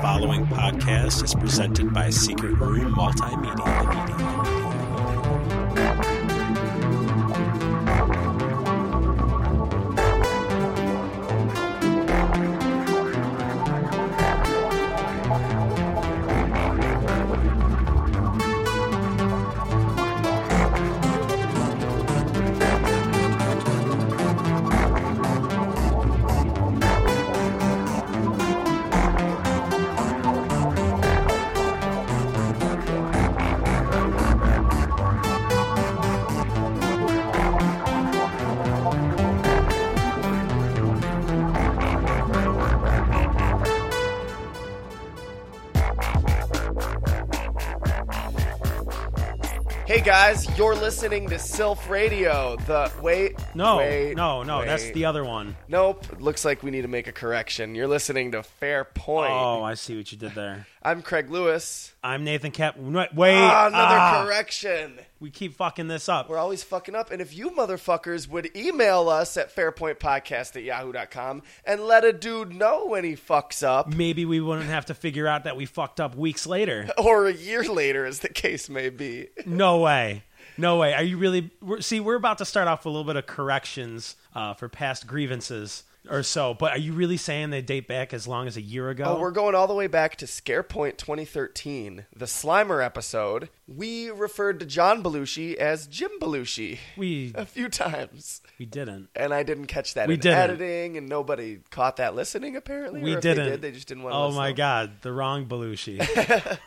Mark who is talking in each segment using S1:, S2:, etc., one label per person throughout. S1: following podcast is presented by Secret Room Multimedia.
S2: Hey guys, you're listening to Sylph Radio. The wait,
S3: No,
S2: wait,
S3: no, no. That's
S2: wait.
S3: the other one.
S2: Nope. Looks like we need to make a correction. You're listening to Fair Point.
S3: Oh, I see what you did there.
S2: I'm Craig Lewis.
S3: I'm Nathan Cap. no, Wait,
S2: Ah, another
S3: ah,
S2: correction.
S3: We keep fucking this up.
S2: We're always fucking up. And if you motherfuckers would email us at fairpointpodcast at yahoo.com and let a dude know when he fucks up,
S3: Maybe we wouldn't have to figure out that we fucked up weeks later.
S2: or a year later, as the case may be.
S3: No way. No way. Are you really? We're, see, we're about to start off with a little bit of corrections uh, for past grievances or so. But are you really saying they date back as long as a year ago?
S2: Oh, we're going all the way back to Scarepoint 2013, the Slimer episode. We referred to John Belushi as Jim Belushi
S3: we
S2: a few times,
S3: we didn't.
S2: and I didn't catch that
S3: We
S2: in
S3: didn't.
S2: editing, and nobody caught that listening. Apparently,
S3: We
S2: or if
S3: didn't.
S2: They, did, they just didn't want. to
S3: Oh
S2: listen.
S3: my God, the wrong Belushi.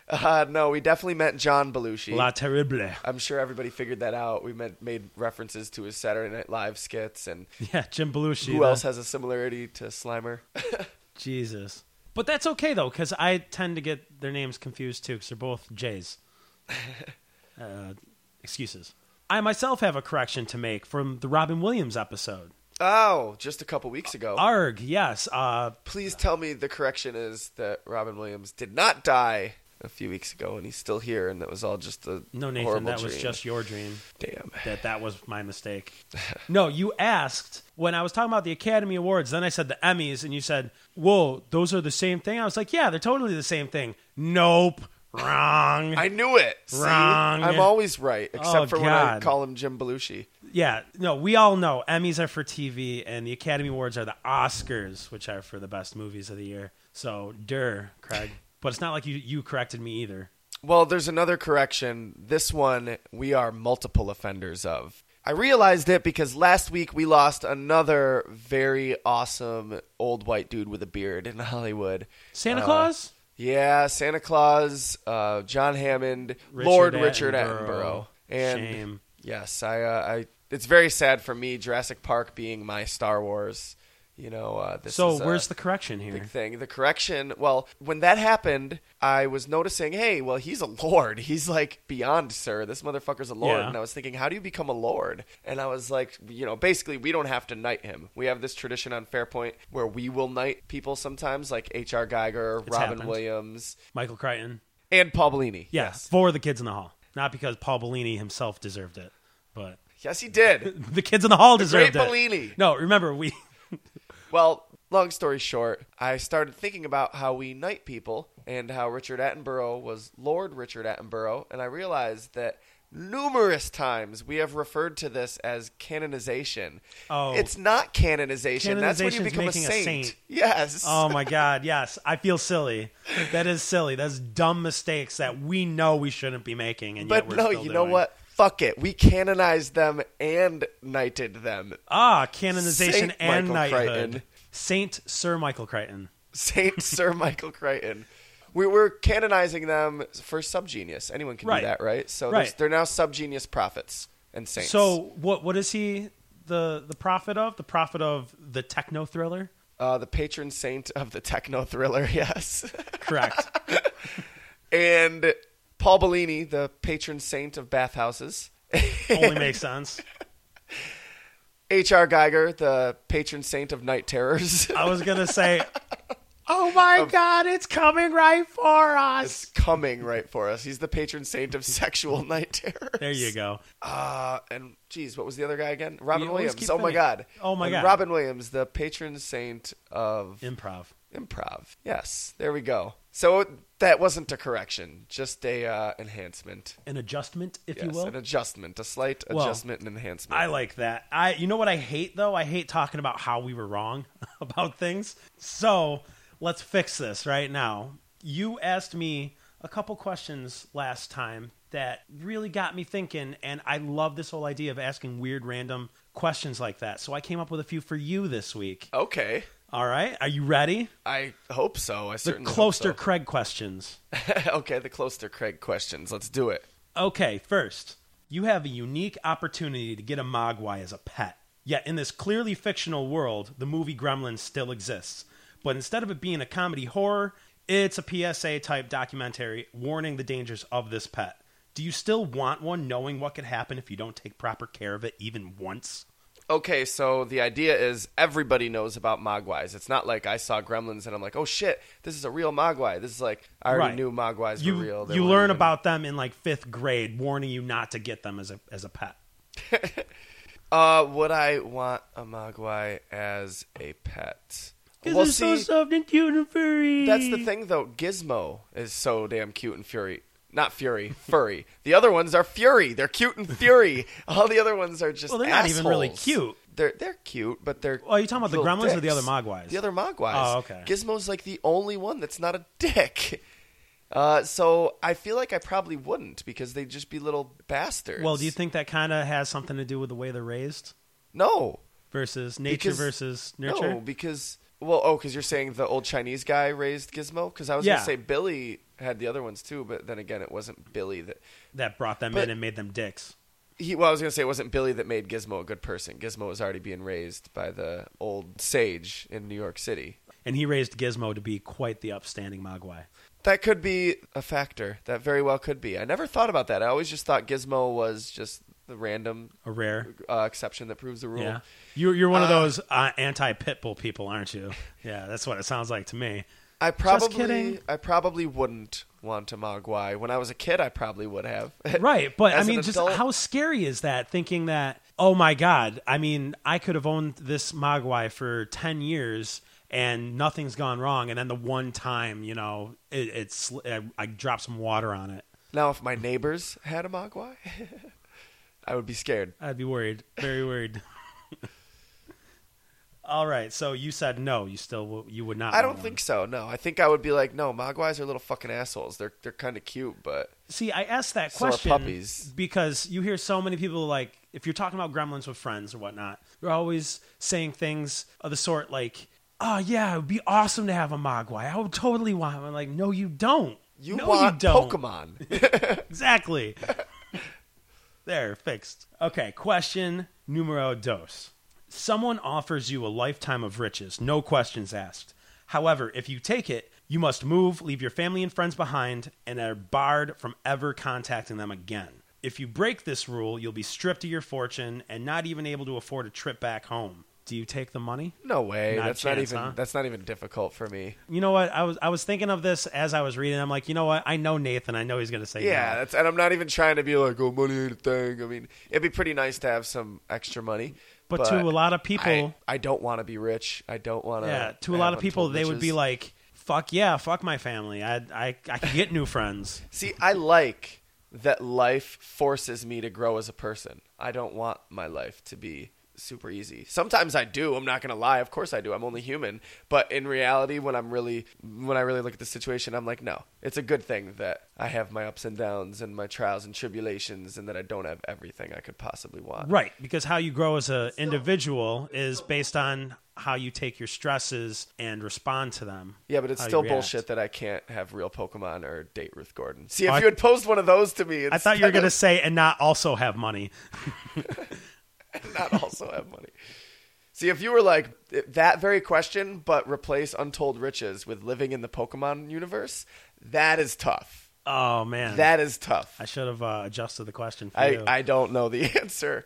S2: Uh, no, we definitely meant John Belushi.
S3: La terrible.
S2: I'm sure everybody figured that out. We meant, made references to his Saturday Night Live skits, and
S3: Yeah, Jim Belushi.
S2: who
S3: the-
S2: else has a similarity to Slimer?
S3: Jesus. But that's okay though, because I tend to get their names confused too, because they're both J's. uh, excuses. I myself have a correction to make from the Robin Williams episode.
S2: oh, just a couple weeks ago.
S3: Arg, yes. Uh,
S2: Please tell me the correction is that Robin Williams did not die a few weeks ago, and he's still here, and that was all just a
S3: no, Nathan,
S2: horrible
S3: that was
S2: dream.
S3: just your dream.
S2: damn.
S3: That that was my mistake. no, you asked when I was talking about the Academy Awards. Then I said the Emmys, and you said, "Whoa, those are the same thing." I was like, "Yeah, they're totally the same thing." Nope, wrong.
S2: I knew it. See?
S3: Wrong.
S2: I'm always right, except
S3: Oh,
S2: for when I
S3: God.
S2: call him Jim Belushi.
S3: Yeah, no, we all know Emmys are for TV and the Academy Awards are the Oscars, which are for the best movies of the year. So, der, Craig. But it's not like you, you corrected me either.
S2: Well, there's another correction. This one we are multiple offenders of. I realized it because last week we lost another very awesome old white dude with a beard in Hollywood.
S3: Santa
S2: Uh,
S3: Claus?
S2: Yeah, Santa Claus, uh, John Hammond,
S3: Richard
S2: Lord Richard Attenborough,
S3: Attenborough.
S2: and
S3: Shame.
S2: yes, I, uh, I. It's very sad for me. Jurassic Park being my Star Wars. You know, uh, this
S3: So,
S2: is, uh,
S3: where's the correction
S2: big
S3: here?
S2: thing. The correction. Well, when that happened, I was noticing, hey, well, he's a lord. He's like beyond sir. This motherfucker's a lord.
S3: Yeah.
S2: And I was thinking, how do you become a lord? And I was like, you know, basically, we don't have to knight him. We have this tradition on Fairpoint where we will knight people sometimes, like H.R. Geiger, Robin
S3: happened.
S2: Williams,
S3: Michael Crichton?
S2: and Paul Bellini.
S3: Yeah, for the kids in the hall. Not because Paul Bellini himself deserved it, but
S2: Yes, he did.
S3: the kids in the hall deserved
S2: great
S3: it.
S2: Bellini.
S3: No, remember, we.
S2: Well, long story short, I started thinking about how we knight people and how Richard Attenborough was Lord Richard Attenborough, and I realized that numerous times we have referred to this as canonization.
S3: Oh.
S2: It's not canonization. That's when you
S3: Canonization's
S2: become a
S3: making a
S2: saint.
S3: saint.
S2: Yes.
S3: Oh my God! Yes, I feel silly. That is silly. That's dumb mistakes that we know we shouldn't be making. And
S2: but
S3: yet we're
S2: no,
S3: still
S2: you know
S3: doing.
S2: what? Fuck it. We canonized them and knighted them.
S3: Ah, canonization
S2: Saint
S3: and
S2: Michael
S3: knighthood.
S2: Crichton.
S3: Saint Sir Michael Crichton.
S2: Saint Sir Michael Crichton. We were canonizing them for subgenius. Anyone can
S3: Right.
S2: do that, right? So
S3: Right.
S2: there's- they're now subgenius prophets and saints.
S3: So what what is he the the prophet of? The prophet of the techno thriller?
S2: uh, the patron saint of the techno thriller, yes.
S3: Correct.
S2: and Paul Bellini, the patron saint of bathhouses.
S3: Only makes sense.
S2: H.R. Geiger, the patron saint of night terrors.
S3: I was gonna say Oh my god, it's coming right for
S2: Um, It's
S3: us.
S2: coming right for us. He's the patron saint of sexual night terrors.
S3: There you go.
S2: Uh, and geez, what was the other guy again? Robin
S3: always
S2: Williams.
S3: keep
S2: Oh my
S3: forgetting.
S2: god.
S3: Oh my
S2: And
S3: God.
S2: Robin Williams, the patron saint of
S3: Improv.
S2: Improv. Yes, there we go. So that wasn't a correction, just a uh, enhancement.
S3: An adjustment, if you
S2: Yes,
S3: will.
S2: an adjustment, a slight
S3: Well,
S2: adjustment and enhancement.
S3: I like that. I you know what I hate though? I hate talking about how we were wrong about things. So, let's fix this right now. You asked me a couple questions last time that really got me thinking and I love this whole idea of asking weird random questions like that. So I came up with a few for you this week.
S2: okay,
S3: All right? Are you ready?
S2: I hope so. I
S3: The
S2: certainly hope
S3: Closter
S2: so.
S3: Craig questions.
S2: okay, the closer Craig questions. Let's do it.
S3: Okay, first, you have a unique opportunity to get a Mogwai as a pet. Yet, in this clearly fictional world, the movie Gremlins still exists. But instead of it being a comedy horror, it's a PSA type documentary warning the dangers of this pet. Do you still want one knowing what could happen if you don't take proper care of it even once?
S2: Okay, so the idea is everybody knows about Mogwais. It's not like I saw Gremlins and I'm like, oh shit, this is a real Mogwai. This is like I already
S3: Right.
S2: knew Mogwais
S3: You,
S2: were real. They
S3: you
S2: weren't
S3: learn
S2: even-
S3: about them in like fifth grade, warning you not to get them as a, as a pet.
S2: Uh, would I want a Mogwai as a pet? Well,
S3: it's so
S2: see,
S3: soft and cute and furry.
S2: that's the thing though. Gizmo is so damn cute and fury. Not fury, furry. the other ones are fury. They're cute and fury. All the other ones are just.
S3: Well, they're not even really
S2: assholes.
S3: cute.
S2: They're they're cute, but they're.
S3: Oh, are you talking about the
S2: little
S3: Gremlins or the
S2: dicks.
S3: other Mogwais?
S2: The other Mogwais.
S3: Oh, okay.
S2: Gizmo's like the only one that's not a dick. Uh, so I feel like I probably wouldn't because they'd just be little bastards.
S3: Well, do you think that kind of has something to do with the way they're raised
S2: No,
S3: versus nature
S2: Because-
S3: versus nurture?
S2: No, because well, oh, because you're saying the old Chinese guy raised Gizmo. Because I was
S3: Yeah.
S2: gonna say Billy had the other ones too, but then again, it wasn't Billy that
S3: That brought them
S2: But-
S3: in and made them dicks.
S2: he. Well, I was gonna say it wasn't Billy that made Gizmo a good person. Gizmo was already being raised by the old sage in New York City.
S3: And he raised Gizmo to be quite the upstanding Mogwai.
S2: That could be a factor. That very well could be. I never thought about that. I always just thought Gizmo was just the random
S3: A rare.
S2: uh, exception that proves the rule.
S3: Yeah. You're, you're one of
S2: Uh,
S3: those uh, anti pitbull people, aren't you? Yeah, that's what it sounds like to me.
S2: I probably,
S3: kidding.
S2: I probably wouldn't want a Mogwai. When I was a kid, I probably would have.
S3: Right, but I
S2: As an
S3: mean, just
S2: adult-
S3: how scary is that? Thinking that, oh my god, I mean, I could have owned this Mogwai for ten years and nothing's gone wrong, and then the one time, you know, it, it's I, I drop some water on it,
S2: Now, if my neighbors had a Mogwai, I would be scared.
S3: I'd be worried, very worried. All right, so you said no, you still w- you would not.
S2: I
S3: want
S2: don't
S3: one.
S2: think so. No, I think I would be like, no, Mogwais are little fucking assholes. They're they're kind of cute, but
S3: See, I asked that
S2: So are
S3: question
S2: puppies.
S3: because you hear so many people like if you're talking about gremlins with friends or whatnot, they're always saying things of the sort like, "Oh yeah, it would be awesome to have a Mogwai. I would totally want." One. I'm like, "No, you don't.
S2: you
S3: no,
S2: want
S3: you don't.
S2: Pokemon.
S3: exactly." there, fixed. Okay, question numero dos. Someone offers you a lifetime of riches, no questions asked. However, if you take it, you must move, leave your family and friends behind, and are barred from ever contacting them again. If you break this rule, you'll be stripped of your fortune and not even able to afford a trip back home. Do you take the money?
S2: No way.
S3: Not a
S2: that's not
S3: chance,
S2: even
S3: huh?
S2: that's not even difficult for me.
S3: You know what? I was I was thinking of this as I was reading. I'm like, you know what? I know Nathan. I know he's gonna say
S2: Yeah,
S3: no.
S2: that's and I'm not even trying to be like, oh, money ain't a thing. I mean, it'd be pretty nice to have some extra money,
S3: But, to a lot of people,
S2: I, I don't want to be rich. I don't want to.
S3: yeah to a lot of people they would be like fuck yeah fuck my family i i, I can get new friends
S2: See, I like that life forces me to grow as a person. I don't want my life to be super easy. Sometimes I do. I'm not going to lie. Of course I do. I'm only human. But in reality, when I'm really when I really look at the situation, I'm like, no. It's a good thing that I have my ups and downs and my trials and tribulations and that I don't have everything I could possibly want.
S3: right because how you grow as an individual is based on how you take your stresses and respond to them
S2: Yeah, but it's
S3: how you
S2: still
S3: react.
S2: bullshit that I can't have real Pokemon or date Ruth Gordon. See, if
S3: I-
S2: you had posed one of those to me,
S3: i thought you were going to
S2: instead
S3: say and not also have money
S2: of not also have money. See, if you were like that very question, but replace untold riches with living in the Pokemon universe, that is tough.
S3: oh man
S2: That is tough.
S3: i should have uh, adjusted the question for
S2: I,
S3: you
S2: I don't know the answer.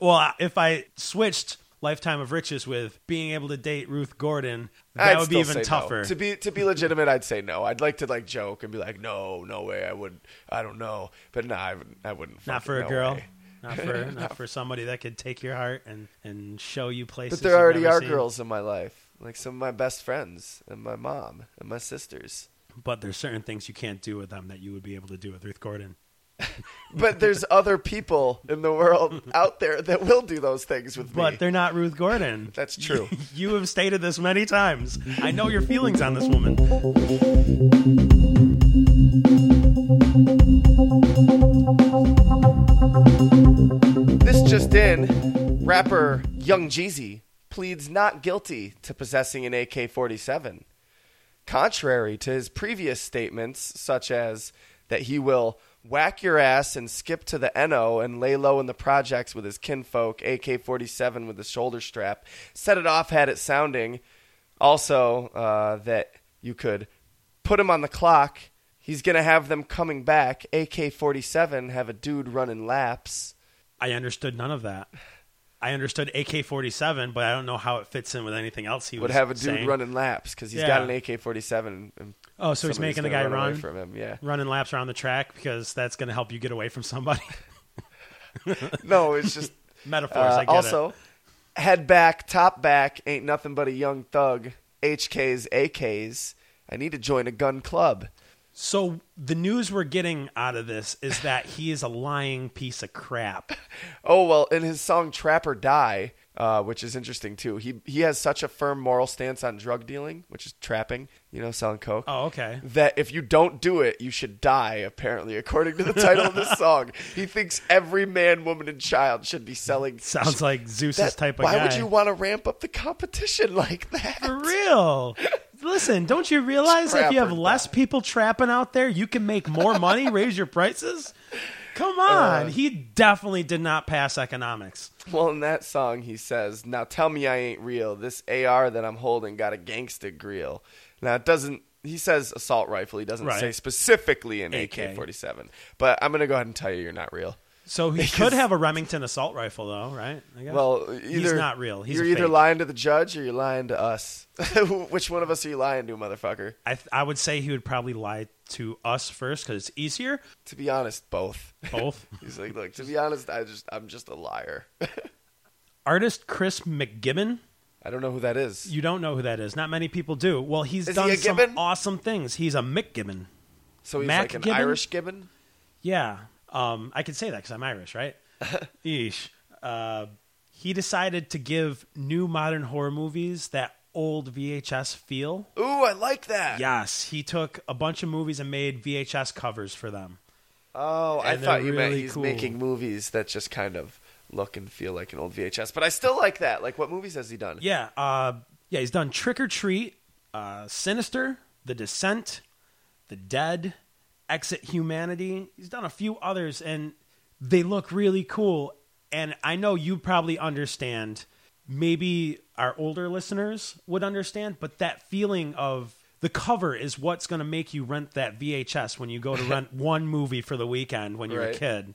S3: well if i switched lifetime of riches with being able to date ruth gordon that
S2: I'd
S3: would be
S2: still
S3: even
S2: say no.
S3: tougher
S2: To be to be legitimate, I'd say no. I'd like to like joke and be like, no, no way, I would, I don't know, but no, I wouldn't. I wouldn't
S3: not
S2: fucking-
S3: for a
S2: no
S3: girl
S2: way.
S3: not for not for somebody that could take your heart and and show you places
S2: But there
S3: you've
S2: already
S3: never
S2: are
S3: seen.
S2: girls in my life. like some of my best friends and my mom and my sisters.
S3: But there's certain things you can't do with them that you would be able to do with Ruth Gordon.
S2: But there's other people in the world out there that will do those things with me.
S3: But they're not Ruth Gordon.
S2: That's true.
S3: you have stated this many times. I know your feelings on this woman.
S2: This just in, rapper Young Jeezy pleads not guilty to possessing an AK 47. Contrary to his previous statements, such as that he will whack your ass and skip to the NO and lay low in the projects with his kinfolk, AK 47 with his shoulder strap, set it off had it sounding. Also, uh, that you could put him on the clock. He's going to have them coming back, AK 47, have a dude running laps.
S3: I understood none of that. I understood AK 47, but I don't know how it fits in with anything else he
S2: would
S3: was
S2: have a dude
S3: saying.
S2: running laps because he's
S3: Yeah.
S2: got an AK-47. And
S3: Oh, so he's
S2: somebody's
S3: making the
S2: gonna
S3: guy
S2: run away
S3: run?
S2: from him. Yeah.
S3: running laps around the track because that's going to help you get away from somebody.
S2: No, it's just
S3: Metaphors, I
S2: uh,
S3: get it.
S2: also head back, top back, ain't nothing but a young thug. HKs, AKs. I need to join a gun club.
S3: So the news we're getting out of this is that he is a lying piece of crap.
S2: Oh well, in his song "Trap or Die," uh, which is interesting too, he he has such a firm moral stance on drug dealing, which is trapping, you know, selling coke.
S3: Oh, okay.
S2: that if you don't do it, you should die, apparently, according to the title of this song. He thinks every man, woman, and child should be selling.
S3: Sounds like Zeus's
S2: that,
S3: type of
S2: why
S3: guy.
S2: would you want to ramp up the competition like that?
S3: For real. Listen, don't you realize if you have
S2: Trapper
S3: less people trapping out there, you can make more money, raise your prices? Come
S2: Uh.
S3: on. he definitely did not pass economics.
S2: Well, in that song, he says, Now tell me I ain't real. This AR that I'm holding got a gangsta grill. Now, it doesn't. He says assault rifle. He doesn't
S3: Right.
S2: say specifically an
S3: AK.
S2: AK 47. But I'm going to go ahead and tell you you're not real.
S3: So he could have a Remington assault rifle, though, right? I guess.
S2: Well, either,
S3: he's not real. He's
S2: you're
S3: a
S2: either
S3: fake.
S2: lying to the judge or you're lying to us. Which one of us are you lying to, motherfucker?
S3: I, th- I would say he would probably lie to us first because it's easier.
S2: To be honest, both.
S3: Both.
S2: He's like, look, to be honest, I just I'm just a liar.
S3: Artist Chris McGibbon.
S2: I don't know who that is.
S3: You don't know who that is. Not many people do. Well, he's
S2: Is he
S3: done
S2: a
S3: some
S2: Gibbon?
S3: awesome things. He's a McGibbon.
S2: So he's
S3: Mac
S2: like an
S3: Gibbon?
S2: Irish Gibbon.
S3: Yeah. Um, I can say that because I'm Irish, right? Yeesh. Uh, he decided to give new modern horror movies that old VHS feel.
S2: Ooh, I like that.
S3: Yes, he took a bunch of movies and made VHS covers for them.
S2: Oh, I
S3: And they're
S2: thought you meant
S3: really
S2: he's
S3: cool.
S2: making movies that just kind of look and feel like an old VHS. But I still like that. Like, what movies has he done?
S3: Yeah, uh, yeah, he's done Trick or Treat, uh, Sinister, The Descent, The Dead, Exit Humanity. He's done a few others, and they look really cool. And I know you probably understand. Maybe our older listeners would understand, but that feeling of the cover is what's going to make you rent that VHS when you go to rent one movie for the weekend when you're a
S2: Right.
S3: kid kid.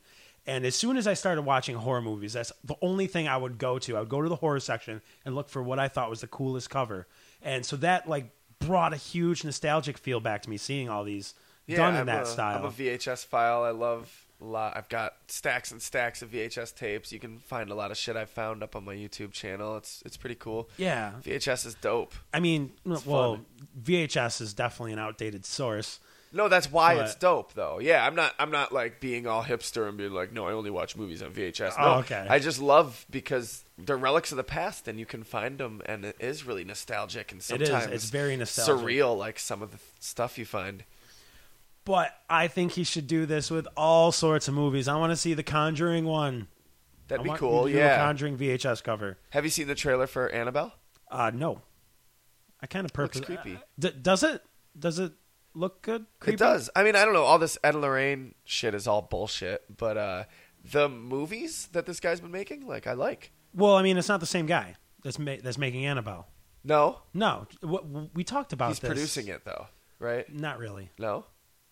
S3: And as soon as I started watching horror movies, that's the only thing I would go to. I would go to the horror section and look for what I thought was the coolest cover. And so that like brought a huge nostalgic feel back to me seeing all these
S2: Yeah,
S3: done in
S2: I'm
S3: that
S2: a-
S3: style.
S2: I'm a VHS file. I love. a Lot. I've got stacks and stacks of VHS tapes. You can find a lot of shit I found up on my YouTube channel. It's it's pretty cool.
S3: yeah.
S2: VHS is dope.
S3: I mean, well, VHS is definitely an outdated source.
S2: No, that's why
S3: But-
S2: it's dope, though. Yeah, I'm not. I'm not like being all hipster and being like, no, I only watch movies on VHS. No,
S3: Oh, okay.
S2: I just love because they're relics of the past, and you can find them, and it is really nostalgic and
S3: is. It's
S2: sometimes
S3: very nostalgic.
S2: surreal, like some of the stuff you find.
S3: But I think he should do this with all sorts of movies. I want to see the Conjuring one.
S2: That'd
S3: I
S2: be
S3: want him
S2: cool.
S3: to do a
S2: Yeah.
S3: Conjuring VHS cover.
S2: Have you seen the trailer for Annabelle?
S3: Uh, no, I kind of purpose.
S2: creepy.
S3: D- does it? Does it look good? Creepy?
S2: It does. I mean, I don't know. All this Ed and Lorraine shit is all bullshit, but uh, the movies that this guy's been making, like, I like.
S3: Well, I mean, it's not the same guy that's ma- that's making Annabelle.
S2: No,
S3: No, what we talked about.
S2: he's
S3: this.
S2: producing it though, right?
S3: Not really.
S2: No.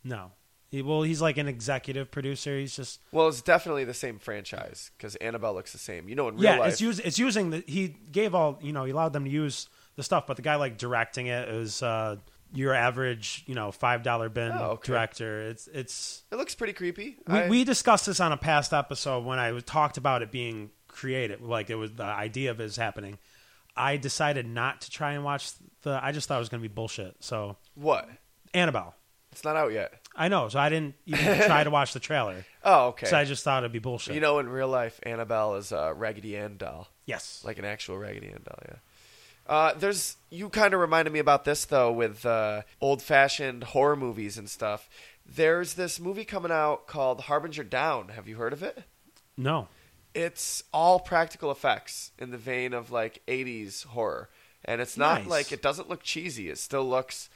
S3: No. He, well, he's like an executive producer. He's just
S2: Well, it's definitely the same franchise because Annabelle looks the same. You know, in real
S3: yeah.
S2: life,
S3: It's us- it's using the he gave all you know. He allowed them to use the stuff, but the guy like directing it is uh, your average you know five dollar bin
S2: Oh, okay.
S3: director. It's it's
S2: it looks pretty creepy.
S3: We,
S2: I-
S3: we discussed this on a past episode when I was- talked about it being creative, like it was the idea of it is happening. I decided not to try and watch the. I just thought it was going to be bullshit. So
S2: What?
S3: Annabelle,
S2: It's not out yet.
S3: I know. So I didn't even try to watch the trailer.
S2: Oh, okay.
S3: So I just thought it'd be bullshit.
S2: you know, in real life, Annabelle is a Raggedy Ann doll,
S3: yes.
S2: like an actual Raggedy Ann doll. Yeah. Uh, there's you kind of reminded me about this though with uh, old-fashioned horror movies and stuff. There's this movie coming out called Harbinger Down. Have you heard of it?
S3: no.
S2: it's all practical effects in the vein of like 80s horror and it's not
S3: Nice.
S2: like it doesn't look cheesy it still looks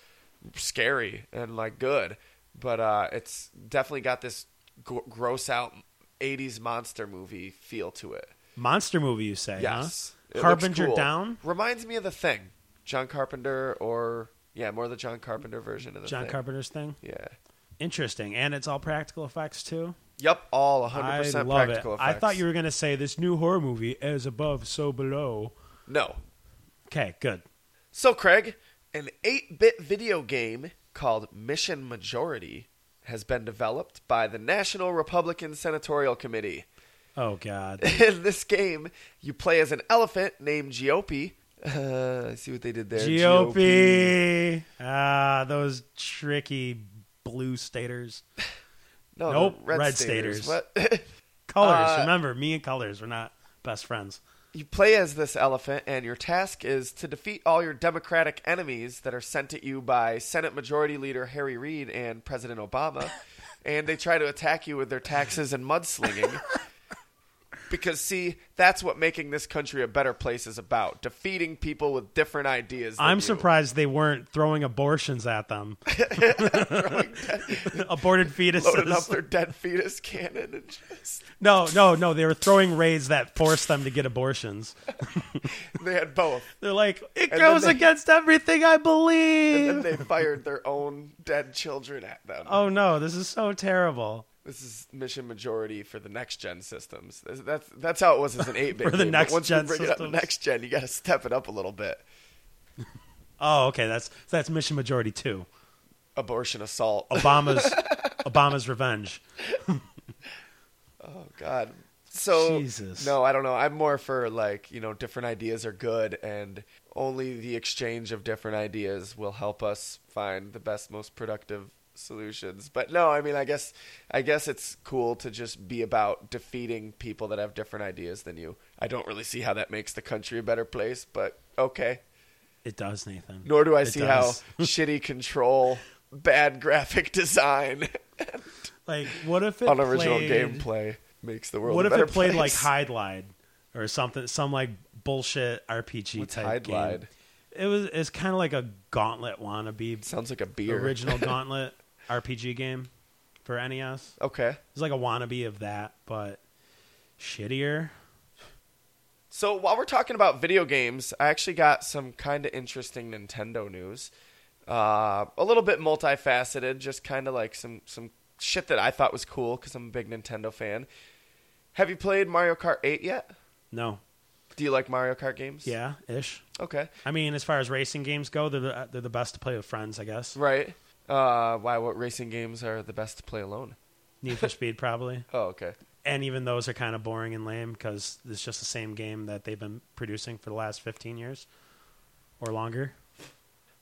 S2: scary and like good but uh it's definitely got this gr- gross out 80s monster movie feel to it
S3: Monster movie, you say?
S2: yes
S3: Huh?
S2: It looks
S3: Uh-huh. Harbinger
S2: cool.
S3: Down.
S2: reminds me of the thing john carpenter or yeah more the john carpenter version of the
S3: John
S2: Thing.
S3: Carpenter's thing.
S2: yeah
S3: Interesting, and it's all practical effects too.
S2: yep all 100%
S3: I love
S2: practical
S3: it.
S2: effects
S3: I thought you were gonna say this new horror movie is above, so below.
S2: no
S3: Okay, good.
S2: So, Craig, an 8 bit video game called Mission Majority has been developed by the National Republican Senatorial Committee.
S3: Oh God.
S2: In this game, you play as an elephant named GOP. Uh, I see what they did there.
S3: GOP. Ah, those tricky blue staters.
S2: No,
S3: Nope,
S2: the red,
S3: red
S2: staters.
S3: staters.
S2: What?
S3: Colors.
S2: Uh,
S3: Remember, me and colors. We're not best friends.
S2: you play as this elephant, and your task is to defeat all your Democratic enemies that are sent at you by Senate Majority Leader Harry Reid and President Obama. and they try to attack you with their taxes and mudslinging. because, see, that's what making this country a better place is about defeating people with different ideas. than
S3: I'm
S2: you.
S3: surprised they weren't throwing abortions at them. Aborted
S2: Loading up
S3: fetuses.
S2: their dead fetus cannon and just.
S3: No, no, no. They were throwing rays that forced them to get abortions.
S2: They had both.
S3: They're like, it
S2: then
S3: goes
S2: they-
S3: against everything I
S2: And
S3: believe.
S2: they fired their own dead children at them.
S3: oh no, this is so terrible.
S2: This is mission majority for the next gen systems. That's that's, that's how it was as an eight bit
S3: For the next
S2: once
S3: gen
S2: you bring it up
S3: systems.
S2: to next gen, you got to step it up a little bit.
S3: Oh, okay. That's that's Mission Majority two.
S2: Abortion assault. Oh,
S3: Obama's Obama's revenge.
S2: God. So
S3: Oh, Jesus.
S2: no, I don't know. I'm more for like you know different ideas are good, and only the exchange of different ideas will help us find the best, most productive solutions. But no, I mean, I guess I guess it's cool to just be about defeating people that have different ideas than you. I don't really see how that makes the country a better place, but okay.
S3: It does, Nathan.
S2: Nor do I
S3: It
S2: see
S3: does.
S2: how shitty control, bad graphic design,
S3: Like, what if it
S2: unoriginal
S3: played,
S2: gameplay makes the world.
S3: What
S2: a
S3: if
S2: better
S3: it played like
S2: place.
S3: Hide Lied or something? Some like bullshit RPG
S2: What's
S3: type
S2: Hide
S3: game.
S2: Lied?
S3: It was. It's kind of like a Gauntlet wannabe
S2: Sounds like a beer.
S3: original Gauntlet RPG game for NES.
S2: Okay.
S3: It's like a wannabe of that, but shittier.
S2: So while we're talking about video games, I actually got some kind of interesting Nintendo news. Uh, a little bit multifaceted, just kind of like some some shit that I thought was cool because I'm a big Nintendo fan. Have you played Mario Kart 8 yet?
S3: No.
S2: Do you like Mario Kart games?
S3: Yeah, ish.
S2: Okay.
S3: I mean, as far as racing games go, they're the, they're the best to play with friends, I guess.
S2: Right. Uh, why? What racing games are the best to play alone?
S3: Need for Speed, probably.
S2: Oh, okay.
S3: And even those are kind of boring and lame because it's just the same game that they've been producing for the last 15 years or longer.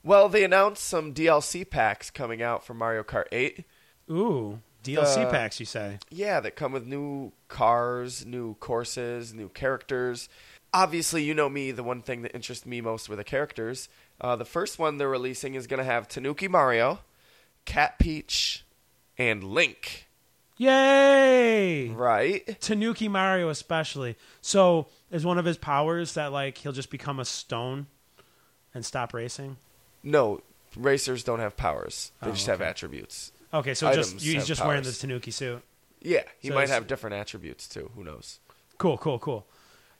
S2: Well, they announced some DLC packs coming out for Mario Kart 8.
S3: Ooh, DLC
S2: Uh,
S3: packs, you say?
S2: Yeah, that come with new cars, new courses, new characters. Obviously, you know me, the one thing that interests me most were the characters. Uh, the first one they're releasing is going to have Tanuki Mario, Cat Peach, and Link.
S3: Yay!
S2: Right?
S3: Tanuki Mario, especially. So, is one of his powers that, like, he'll just become a stone and stop racing?
S2: No, racers don't have powers, they
S3: Oh,
S2: just have
S3: okay.
S2: attributes.
S3: Okay, so just
S2: Items
S3: you, he's
S2: have
S3: just wearing
S2: powers.
S3: this Tanuki suit.
S2: Yeah, he
S3: So
S2: might
S3: it's-
S2: have different attributes too. Who knows?
S3: Cool, cool, cool.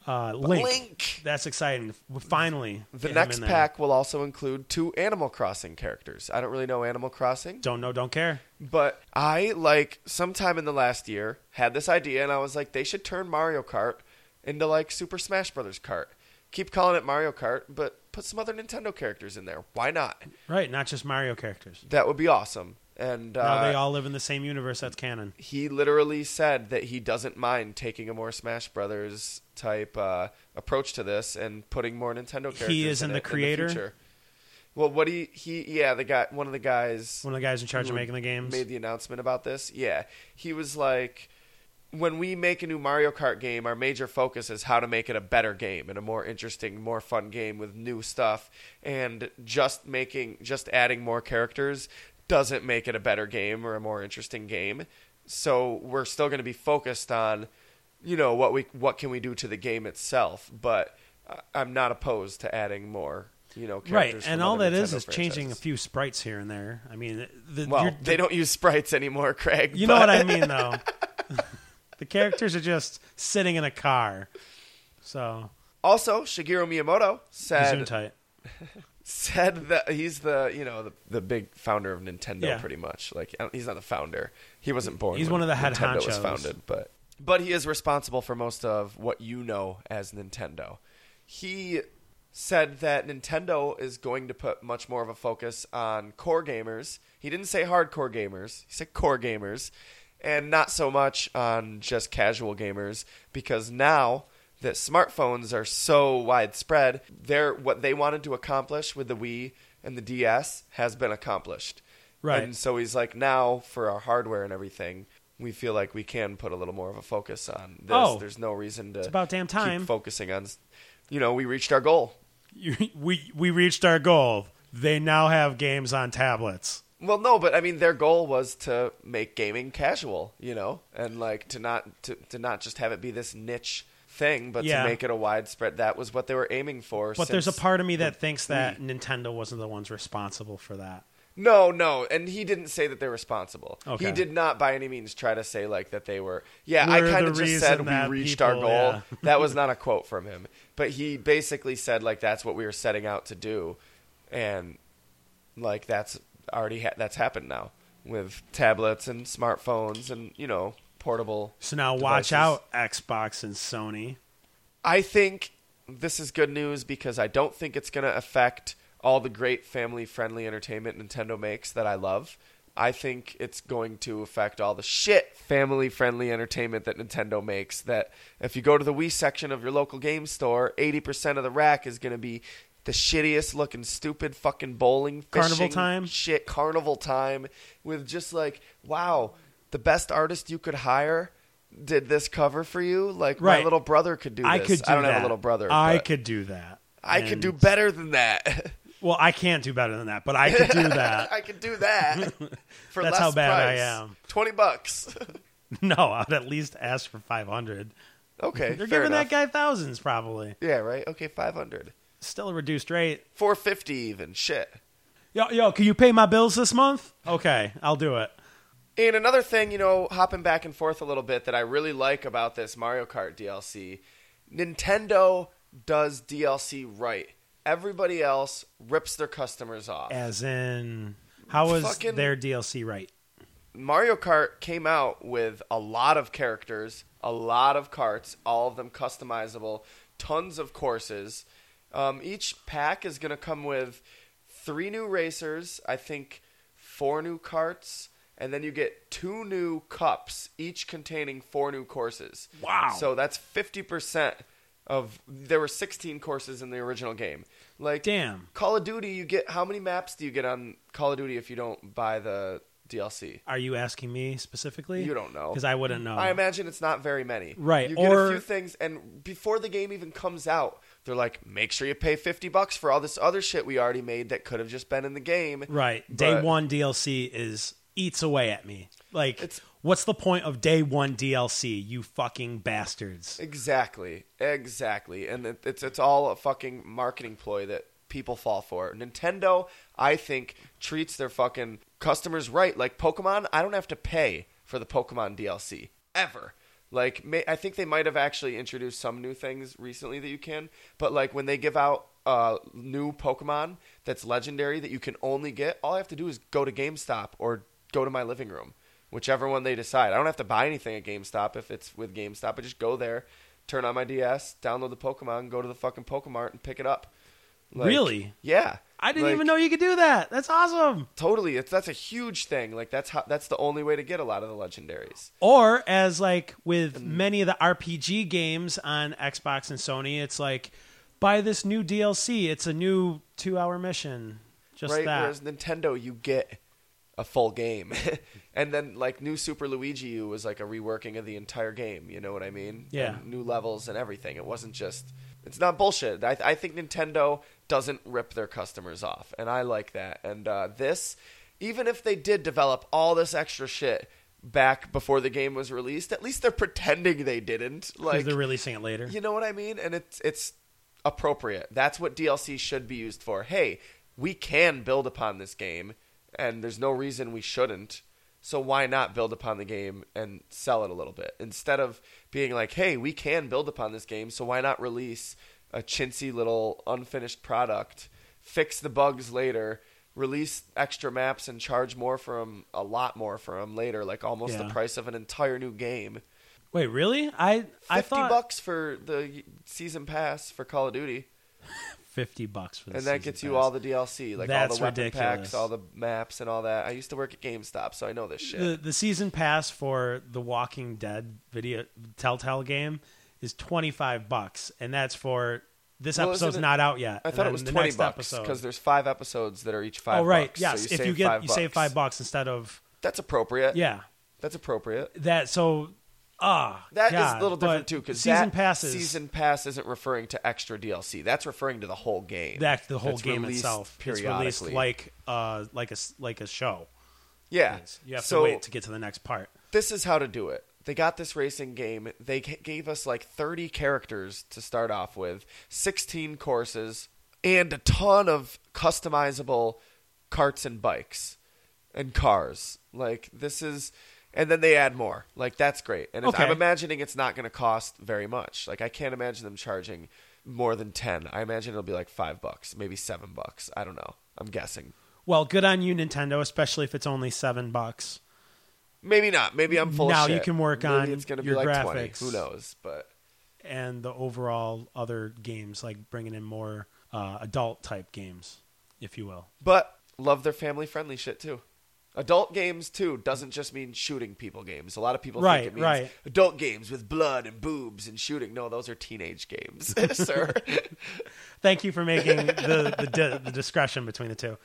S3: Uh, Link.
S2: Link.
S3: That's exciting. We'll Finally.
S2: The
S3: get him
S2: next
S3: in there.
S2: pack will also include two Animal Crossing characters. I don't really know Animal Crossing,
S3: Don't know, don't care.
S2: but I, like, sometime in the last year, had this idea and I was like, they should turn Mario Kart into, like, Super Smash Brothers Kart. Keep calling it Mario Kart, but put some other Nintendo characters in there. Why not?
S3: Right, not just Mario characters.
S2: That would be awesome. and
S3: Now
S2: uh,
S3: they all live in the same universe. That's canon.
S2: he literally said that he doesn't mind taking a more Smash Brothers type uh, approach to this and putting more Nintendo characters.
S3: is in
S2: in
S3: the
S2: it
S3: creator?
S2: In the future. Well, what he he yeah the guy one of the guys
S3: One of the guys in charge of
S2: who
S3: making the games.
S2: made the announcement about this. Yeah, he was like, when we make a new Mario Kart game, our major focus is how to make it a better game and a more interesting, more fun game with new stuff. And just making, just adding more characters doesn't make it a better game or a more interesting game. So we're still going to be focused on, you know, what we what can we do to the game itself. But I- I'm not opposed to adding more. You know,
S3: right,
S2: characters
S3: and
S2: from
S3: all
S2: other
S3: that is
S2: Nintendo
S3: is changing a
S2: franchises.
S3: few sprites here and there. I mean, the,
S2: Well,
S3: you're-
S2: they don't use sprites anymore, Craig.
S3: You know
S2: but-
S3: what I mean, though. the characters are just sitting in a car. So
S2: Also, Shigeru Miyamoto
S3: zoom
S2: said
S3: tight.
S2: said that he's the you know the, the big founder of Nintendo,
S3: Yeah.
S2: pretty much. Like I don't- he's not the founder; he wasn't born.
S3: He's
S2: when
S3: one of the head
S2: Nintendo was
S3: honchos.
S2: founded, but but he is responsible for most of what you know as Nintendo. He said that Nintendo is going to put much more of a focus on core gamers. He didn't say hardcore gamers. He said core gamers and not so much on just casual gamers because now that smartphones are so widespread, they're what they wanted to accomplish with the Wii and the DS has been accomplished.
S3: Right.
S2: And so he's like, now for our hardware and everything, we feel like we can put a little more of a focus on this.
S3: Oh.
S2: There's no reason to
S3: It's about damn time.
S2: keep focusing on. s- You know, we reached our goal.
S3: You, we we reached our goal. They now have games on tablets.
S2: Well, no, but I mean, their goal was to make gaming casual, you know, and like to not to, to not just have it be this niche thing, but
S3: Yeah.
S2: to make it a widespread. That was what they were aiming for.
S3: But there's a
S2: since-
S3: part of me that thinks that Nintendo wasn't the ones responsible for that.
S2: No, no, and he didn't say that they're responsible.
S3: Okay.
S2: He did not, by any means, try to say like that they were. Yeah,
S3: We're
S2: I kind
S3: the
S2: of just
S3: reason
S2: said we
S3: that
S2: reached
S3: people-
S2: our goal.
S3: yeah.
S2: that was not a quote from him, but he basically said like that's what we were setting out to do, and like that's already ha- that's happened now with tablets and smartphones and you know portable.
S3: So now watch
S2: Devices.
S3: out, Xbox and Sony.
S2: I think this is good news because I don't think it's going to affect all the great family friendly entertainment Nintendo makes that I love. I think it's going to affect all the shit family friendly entertainment that Nintendo makes. That if you go to the Wii section of your local game store, 80% of the rack is going to be the shittiest looking, stupid fucking bowling,
S3: Carnival
S2: fishing
S3: time?
S2: shit, carnival time with just like, wow, the best artist you could hire did this cover for you. Like,
S3: Right.
S2: my little brother could do
S3: I
S2: this.
S3: could. Do
S2: I don't have
S3: that.
S2: a little brother.
S3: I
S2: but
S3: could do that.
S2: I could
S3: And-
S2: do better than that.
S3: Well, I can't do better than that, but I could do that.
S2: I could do that for
S3: That's
S2: less
S3: how bad I
S2: price.
S3: am.
S2: Twenty bucks.
S3: no, I'd at least ask for five hundred.
S2: okay,
S3: They're
S2: fair
S3: giving
S2: enough.
S3: that guy thousands, probably.
S2: Yeah, right. Okay, five hundred.
S3: Still a reduced rate.
S2: Four fifty even. Shit.
S3: Yo, yo, can you pay my bills this month? Okay, I'll do it.
S2: And another thing, you know, hopping back and forth a little bit that I really like about this Mario Kart DLC, Nintendo does DLC right. Everybody else rips their customers off.
S3: As in, how was
S2: Fucking-
S3: their DLC right?
S2: Mario Kart came out with a lot of characters, a lot of carts, all of them customizable, tons of courses. Um, each pack is going to come with three new racers, I think four new carts, and then you get two new cups, each containing four new courses.
S3: Wow.
S2: So that's 50% of. There were 16 courses in the original game. Like,
S3: Damn,
S2: Call of Duty, you get. How many maps do you get on Call of Duty if you don't buy the DLC?
S3: are you asking me specifically?
S2: You don't know.
S3: because I wouldn't know.
S2: I imagine it's not very many.
S3: Right,
S2: You get
S3: or-
S2: a few things, and before the game even comes out, they're like, make sure you pay 50 bucks for all this other shit we already made that could have just been in the game.
S3: right, day
S2: But-
S3: one DLC is eats away at me. Like,
S2: It's-
S3: what's the point of day one DLC? You fucking bastards.
S2: Exactly. Exactly. And it, it's, it's all a fucking marketing ploy that people fall for. Nintendo, I think, treats their fucking customers right. Like Pokemon, I don't have to pay for the Pokemon DLC ever. Like, may, I think they might have actually introduced some new things recently that you can, but like when they give out uh, new Pokemon that's legendary that you can only get, all I have to do is go to GameStop or go to my living room whichever one they decide. I don't have to buy anything at GameStop if it's with GameStop. I just go there, turn on my DS, download the Pokemon, go to the fucking Pokemart and pick it up. Like,
S3: Really?
S2: Yeah.
S3: I didn't
S2: Like,
S3: even know you could do that. That's awesome.
S2: Totally, it's that's a huge thing. Like that's how that's the only way to get a lot of the legendaries.
S3: Or as like
S2: Mm.
S3: with many of the RPG games on Xbox and Sony, it's like buy this new DLC. It's a new two-hour mission. Just
S2: right?
S3: that.
S2: Whereas Nintendo, you get a full game, and then like new Super Luigi U was like a reworking of the entire game. You know what I mean?
S3: Yeah.
S2: And new levels and everything. It wasn't just. It's not bullshit. I, I think Nintendo doesn't rip their customers off, and I like that. And uh, this, even if they did develop all this extra shit back before the game was released, at least they're pretending they didn't.
S3: Because
S2: Like
S3: they're releasing it later.
S2: you know what I mean? And it's it's appropriate. That's what DLC should be used for. Hey, we can build upon this game, and there's no reason we shouldn't. So why not build upon the game and sell it a little bit instead of being like, hey, we can build upon this game, so why not release a chintzy little unfinished product, fix the bugs later, release extra maps and charge more for them, a lot more for them later, like almost
S3: Yeah.
S2: the price of an entire new game.
S3: Wait, really? I I
S2: 50
S3: thought
S2: bucks for the season pass for Call of Duty,
S3: fifty bucks for the
S2: and that
S3: season
S2: gets you
S3: pass.
S2: all the DLC, like all
S3: That's
S2: the weapon
S3: ridiculous.
S2: packs, all the maps, and all that. I used to work at GameStop, so I know this shit.
S3: the the season pass for the Walking Dead video Telltale game is twenty five bucks, and that's for this
S2: Well,
S3: episode's
S2: isn't it-
S3: not out yet.
S2: I
S3: and
S2: thought
S3: then
S2: it was
S3: the
S2: twenty
S3: next
S2: bucks
S3: episode-
S2: because there's five episodes that are each five.
S3: oh right,
S2: bucks, so
S3: yes. if
S2: save
S3: you get
S2: five
S3: you save
S2: bucks.
S3: five bucks instead of
S2: that's appropriate.
S3: yeah
S2: that's appropriate.
S3: that so ah
S2: That is
S3: God,
S2: a little different
S3: but
S2: too because
S3: season passes
S2: season pass isn't referring to extra DLC. That's referring to the whole game.
S3: that the whole
S2: That's
S3: game
S2: released
S3: itself it's
S2: periodically.
S3: released like uh like a s- like a show.
S2: yeah.
S3: You have
S2: so
S3: to wait to get to the next part.
S2: this is how to do it. They got this racing game. They g- gave us like 30 characters to start off with, 16 courses, and a ton of customizable carts and bikes and cars. Like this is and then they add more. Like that's great. And it's,
S3: Okay.
S2: I'm imagining it's not going to cost very much. Like I can't imagine them charging more than 10. I imagine it'll be like 5 bucks, maybe 7 bucks. I don't know. I'm guessing.
S3: Well, good on you, Nintendo, especially if it's only seven bucks.
S2: Maybe not. Maybe I'm full
S3: Now
S2: of
S3: you
S2: shit.
S3: can work
S2: Maybe
S3: on
S2: it's gonna
S3: your
S2: be like 20.
S3: graphics.
S2: Who knows? But
S3: and the overall other games, like bringing in more uh, adult type games, if you will.
S2: But love their family friendly shit too. Adult games too doesn't just mean shooting people games. A lot of people
S3: Right,
S2: think it means
S3: right.
S2: adult games with blood and boobs and shooting. No, those are teenage games, sir.
S3: Thank you for making the the, di- the discretion between the two.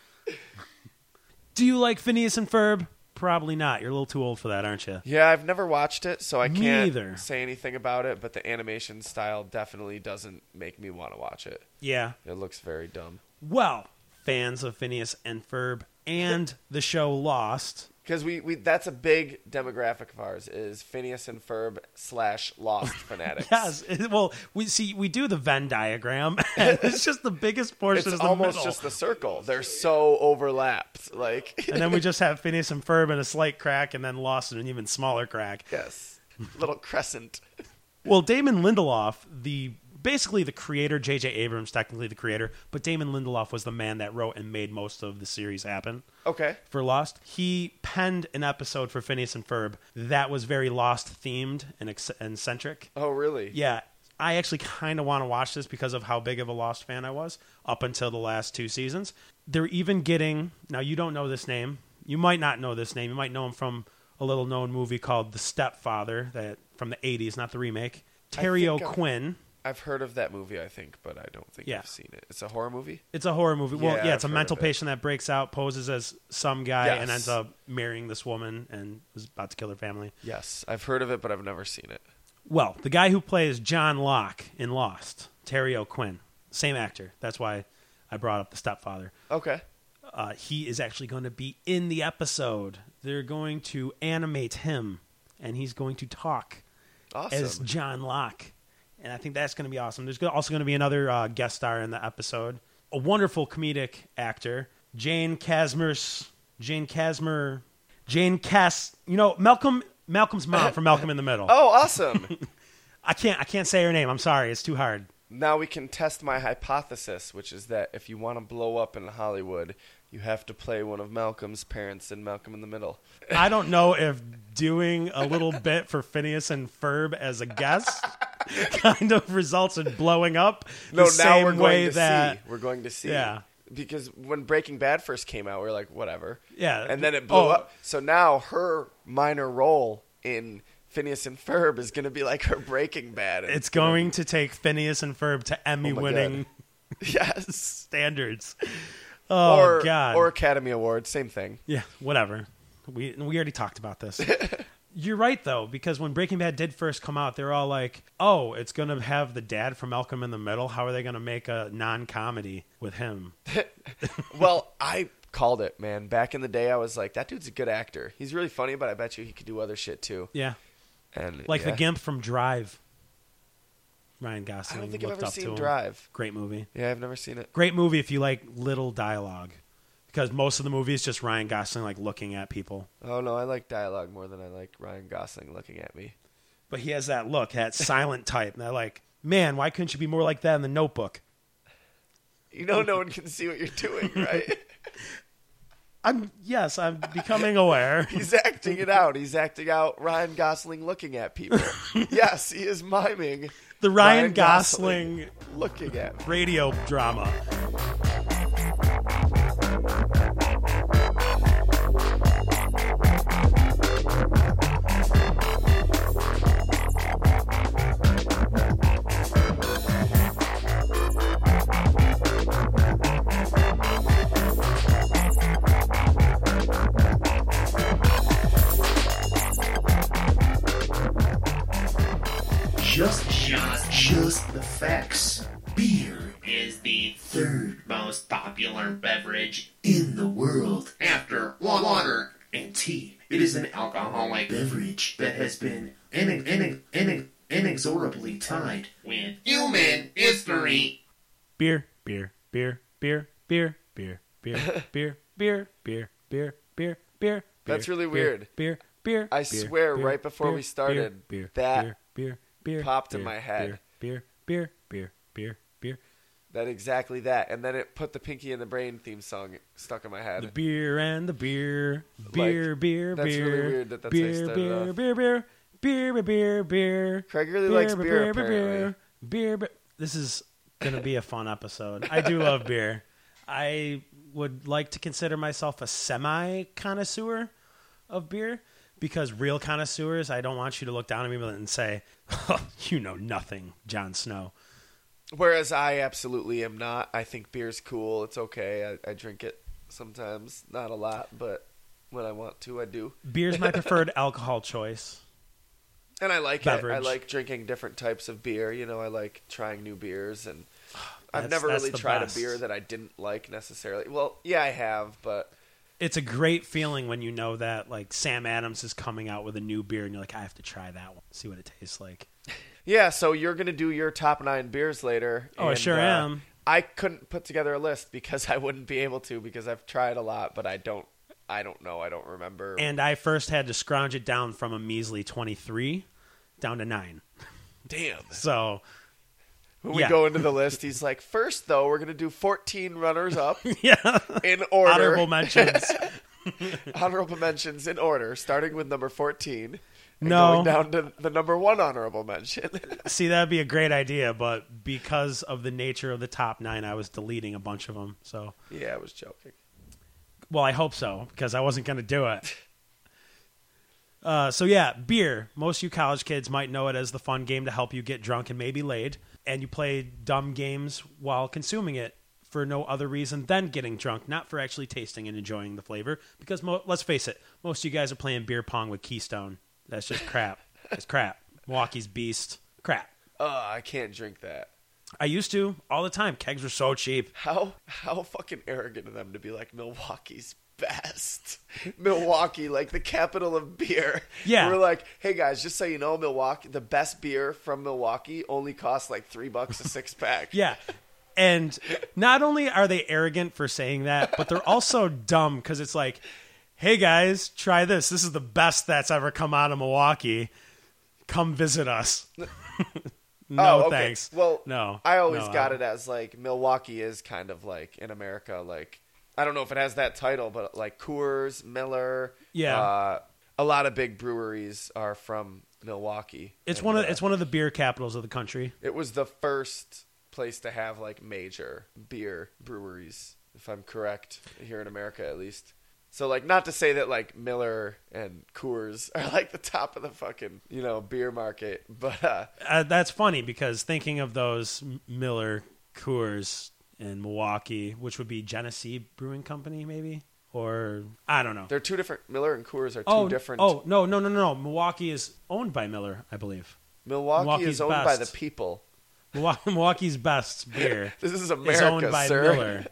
S3: Do you like Phineas and Ferb? Probably not. You're a little too old for that, aren't you?
S2: yeah, I've never watched it, so I
S3: Me
S2: can't
S3: either.
S2: say anything about it. But the animation style definitely doesn't make me want to watch it.
S3: Yeah.
S2: It looks very dumb.
S3: Well, fans of Phineas and Ferb and the show Lost.
S2: Because we, we that's a big demographic of ours is Phineas and Ferb slash Lost fanatics.
S3: Yes. Well, we see we do the Venn diagram. and it's just the biggest portion.
S2: It's
S3: is the
S2: almost
S3: middle.
S2: just the circle. They're so overlapped. Like
S3: and then we just have Phineas and Ferb in a slight crack, and then Lost in an even smaller crack.
S2: Yes. Little crescent.
S3: Well, Damon Lindelof, the basically the creator, J.J. Abrams, technically the creator, but Damon Lindelof was the man that wrote and made most of the series happen
S2: Okay.
S3: for Lost. He penned an episode for Phineas and Ferb that was very Lost themed and ex- and centric.
S2: Oh, really?
S3: Yeah, I actually kind of want to watch this because of how big of a Lost fan I was up until the last two seasons. They're even getting now. You don't know this name. You might not know this name. You might know him from a little known movie called The Stepfather that from the '80s, not the remake. Terry
S2: think uh, I-
S3: O'Quinn.
S2: I've heard of that movie, I think, but I don't think
S3: Yeah.
S2: I've seen it. It's a horror movie?
S3: It's a horror movie. well,
S2: Yeah,
S3: yeah, it's a
S2: I've heard
S3: mental
S2: of it.
S3: patient that breaks out, poses as some guy, and ends
S2: Yes.
S3: up marrying this woman and is about to kill her family.
S2: Yes. I've heard of it, but I've never seen it.
S3: Well, the guy who plays John Locke in Lost, Terry O'Quinn, same actor. That's why I brought up the stepfather.
S2: Okay.
S3: Uh, he is actually going to be in the episode. They're going to animate him, and he's going to talk
S2: Awesome.
S3: as John Locke. And I think that's going to be awesome. There's go- also going to be another uh, guest star in the episode, a wonderful comedic actor, Jane Casmer's Jane Casmer, Jane Cas. You know Malcolm Malcolm's mom from Malcolm in the Middle.
S2: oh, awesome.
S3: I can't I can't say her name. I'm sorry. It's too hard.
S2: now we can test my hypothesis, which is that if you want to blow up in Hollywood, you have to play one of Malcolm's parents in Malcolm in the Middle.
S3: I don't know if doing a little bit for Phineas and Ferb as a guest kind of results in blowing up.
S2: No,
S3: the
S2: now
S3: same
S2: we're going
S3: way
S2: to
S3: that
S2: see. We're going to see.
S3: Yeah.
S2: Because when Breaking Bad first came out, we were like, whatever.
S3: Yeah.
S2: And then it blew
S3: Oh.
S2: up. So now her minor role in Phineas and Ferb is going to be like her Breaking Bad.
S3: it's going to take Phineas and Ferb to
S2: Oh my
S3: Emmy-winning
S2: yes.
S3: standards. Oh
S2: or,
S3: God!
S2: Or Academy Award, same thing.
S3: Yeah, whatever. We we already talked about this. You're right though, because when Breaking Bad did first come out, they were all like, "Oh, it's gonna have the dad from Malcolm in the Middle. How are they gonna make a non-comedy with him?"
S2: well, I called it, man. Back in the day, I was like, that dude's a good actor. He's really funny, but I bet you he could do other shit too.
S3: Yeah,
S2: And
S3: like
S2: yeah.
S3: the Gimp from Drive. Ryan
S2: I
S3: Gosling.
S2: don't think I've
S3: looked
S2: ever
S3: up to
S2: seen
S3: him.
S2: Drive.
S3: Great movie.
S2: Yeah, I've never seen it.
S3: Great movie if you like little dialogue, because most of the movie is just Ryan Gosling like looking at people.
S2: Oh no, I like dialogue more than I like Ryan Gosling looking at me.
S3: But he has that look, that silent type, and that like, man, why couldn't you be more like that in The Notebook?
S2: You know, no one can see what you're doing, right?
S3: I'm yes, I'm becoming aware.
S2: He's acting it out. He's acting out Ryan Gosling looking at people. yes, he is miming
S3: the Ryan, Gosling,
S2: looking at me.
S3: radio drama.
S4: Just just just the facts. Beer is the third most popular beverage in the world after water and tea. It is an alcoholic beverage that has been inex- inex- inex- inexorably tied with human history.
S3: Beer, beer, beer, beer, beer, beer, beer, beer, beer, beer, beer, beer, beer.
S2: That's
S3: beer,
S2: really
S3: beer,
S2: weird.
S3: Beer, beer.
S2: I
S3: beer,
S2: swear,
S3: beer,
S2: right before
S3: beer,
S2: we started,
S3: beer, beer,
S2: that
S3: beer, beer, beer,
S2: popped in
S3: beer,
S2: my head.
S3: Beer, beer, beer, beer, beer,
S2: That exactly that, and then it put the Pinky and the Brain theme song stuck in my
S3: the
S2: head.
S3: beer and the beer, beer, beer,
S2: that's really
S3: beer,
S2: weird that that's how you
S3: beer,
S2: started
S3: beer,
S2: off.
S3: beer, beer, beer, beer, beer, beer.
S2: Craig really likes beer, apparently.
S3: beer, beer, beer. This is gonna be a fun episode. I do love beer. I would like to consider myself a semi connoisseur of beer because real connoisseurs, I don't want you to look down at me and say, "You know nothing, Jon Snow."
S2: Whereas I absolutely am not. I think beer's cool. It's okay. I, I drink it sometimes, not a lot, but when I want to, I do.
S3: Beer's my preferred alcohol choice.
S2: And I like it. I
S3: Beverage.
S2: like drinking different types of beer. You know, I like trying new beers, and I've
S3: Oh, That's-
S2: never
S3: that's
S2: really
S3: the
S2: tried
S3: best.
S2: a beer that I didn't like necessarily. Well, yeah, I have, but
S3: it's a great feeling when you know that like Sam Adams is coming out with a new beer and you're like, I have to try that one, see what it tastes like.
S2: yeah. So you're gonna do your top nine beers later.
S3: Oh, I
S2: and,
S3: sure
S2: uh,
S3: am.
S2: I couldn't put together a list because I wouldn't be able to because I've tried a lot, but I don't. I don't know. I don't remember.
S3: And I first had to scrounge it down from a measly 23 down to nine.
S2: Damn.
S3: So
S2: When we
S3: Yeah.
S2: go into the list, he's like, first though, we're gonna do 14 runners up
S3: yeah,
S2: in order.
S3: honorable mentions.
S2: honorable mentions in order, starting with number 14. and
S3: No.
S2: Going down to the number one honorable mention.
S3: see, that'd be a great idea, but because of the nature of the top nine, I was deleting a bunch of them. So,
S2: yeah, I was joking.
S3: well, I hope so because I wasn't going to do it. Uh, so yeah, beer. Most you college kids might know it as the fun game to help you get drunk and maybe laid, and you play dumb games while consuming it for no other reason than getting drunk, not for actually tasting and enjoying the flavor. Because mo- let's face it, most of you guys are playing beer pong with Keystone. That's just crap. it's crap. Milwaukee's beast. Crap.
S2: Oh, I can't drink that.
S3: I used to all the time. Kegs were so cheap.
S2: How how fucking arrogant of them to be like Milwaukee's best. Milwaukee, like the capital of beer.
S3: Yeah.
S2: We're like, hey guys, just so you know, Milwaukee, the best beer from Milwaukee only costs like three bucks a six pack.
S3: Yeah. And not only are they arrogant for saying that, but they're also dumb because it's like, hey guys, try this. This is the best that's ever come out of Milwaukee. Come visit us. no
S2: Oh, okay.
S3: thanks.
S2: Well,
S3: no.
S2: I always
S3: no,
S2: got it as like Milwaukee is kind of like in America, like I don't know if it has that title, but like Coors, Miller,
S3: Yeah.
S2: uh, a lot of big breweries are from Milwaukee.
S3: It's
S2: And,
S3: one of
S2: uh,
S3: it's one of the beer capitals of the country.
S2: It was the first place to have like major beer breweries, if I'm correct, here in America at least. So like not to say that like Miller and Coors are like the top of the fucking, you know, beer market, but uh
S3: Uh, that's funny because thinking of those M- Miller, Coors, and Milwaukee, which would be Genesee Brewing Company, maybe, or I don't know.
S2: they're two different Miller and Coors are two
S3: oh,
S2: different
S3: Oh no, no, no, no! Milwaukee is owned by Miller, I believe.
S2: Milwaukee
S3: Milwaukee's
S2: is owned by the
S3: best.
S2: people.
S3: Milwa- Milwaukee's best beer
S2: This is
S3: is
S2: America,
S3: owned by
S2: sir.
S3: Miller.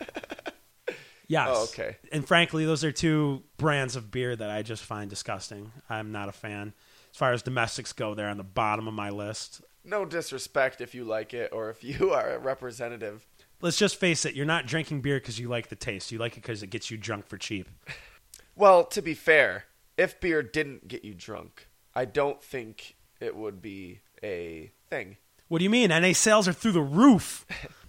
S3: Yes.
S2: Oh, okay.
S3: And frankly, those are two brands of beer that I just find disgusting. I'm not a fan. As far as domestics go, they're on the bottom of my list.
S2: No disrespect if you like it or if you are a representative.
S3: Let's just face it, you're not drinking beer because you like the taste. You like it because it gets you drunk for cheap.
S2: Well, to be fair, if beer didn't get you drunk, I don't think it would be a thing.
S3: What do you mean? NA sales are through the roof.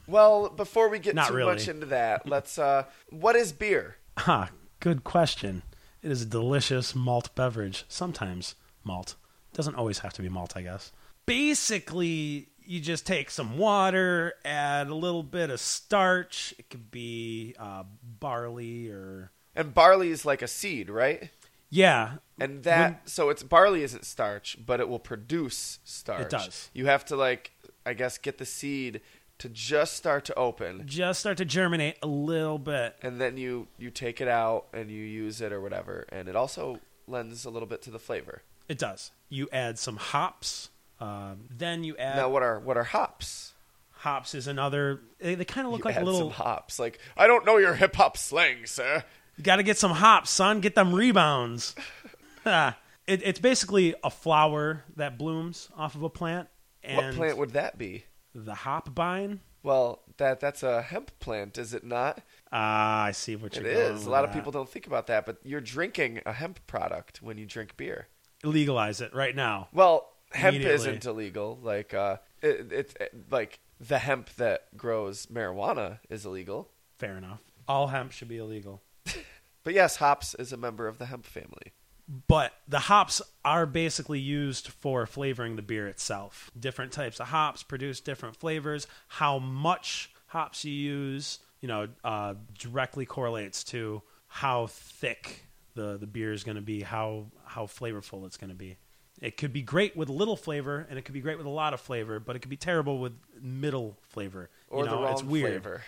S2: Well, before we get
S3: Not
S2: too
S3: really.
S2: much into that, let's uh what is beer?
S3: Ah, good question. It is a delicious malt beverage. Sometimes malt. Doesn't always have to be malt, I guess. Basically, you just take some water, add a little bit of starch. It could be uh, barley or.
S2: And barley is like a seed, right?
S3: Yeah.
S2: And that so it's barley isn't starch, but it will produce starch.
S3: It does.
S2: You have to like I guess get the seed to just start to open
S3: Just start to germinate a little bit.
S2: and then you you take it out and you use it or whatever and it also lends a little bit to the flavor.
S3: It does. You add some hops. Um, then you add
S2: Now what are what are hops?
S3: hops is another. They, they kind of look
S2: You
S3: like
S2: add
S3: little.
S2: some hops. Like I don't know your hip hop slang, sir.
S3: You got to get some hops, son. Get them rebounds. Ah, it, it's basically a flower that blooms off of a plant. And
S2: what plant would that be?
S3: the hop vine?
S2: Well, that that's a hemp plant, is it not?
S3: Ah, I see what
S2: It
S3: you're going
S2: is.
S3: with
S2: A lot of
S3: that.
S2: people don't think about that, but you're drinking a hemp product when you drink beer.
S3: legalize it right now.
S2: Well, hemp
S3: Immediately.
S2: isn't illegal. Like uh, it, it's it- like the hemp that grows marijuana is illegal.
S3: Fair enough. All hemp should be illegal.
S2: But yes, hops is a member of the hemp family.
S3: But the hops are basically used for flavoring the beer itself. Different types of hops produce different flavors. How much hops you use, you know, uh, directly correlates to how thick the, the beer is going to be, how how flavorful it's going to be. It could be great with little flavor, and it could be great with a lot of flavor, but it could be terrible with middle flavor. You
S2: Or
S3: know,
S2: the wrong
S3: it's weird.
S2: flavor.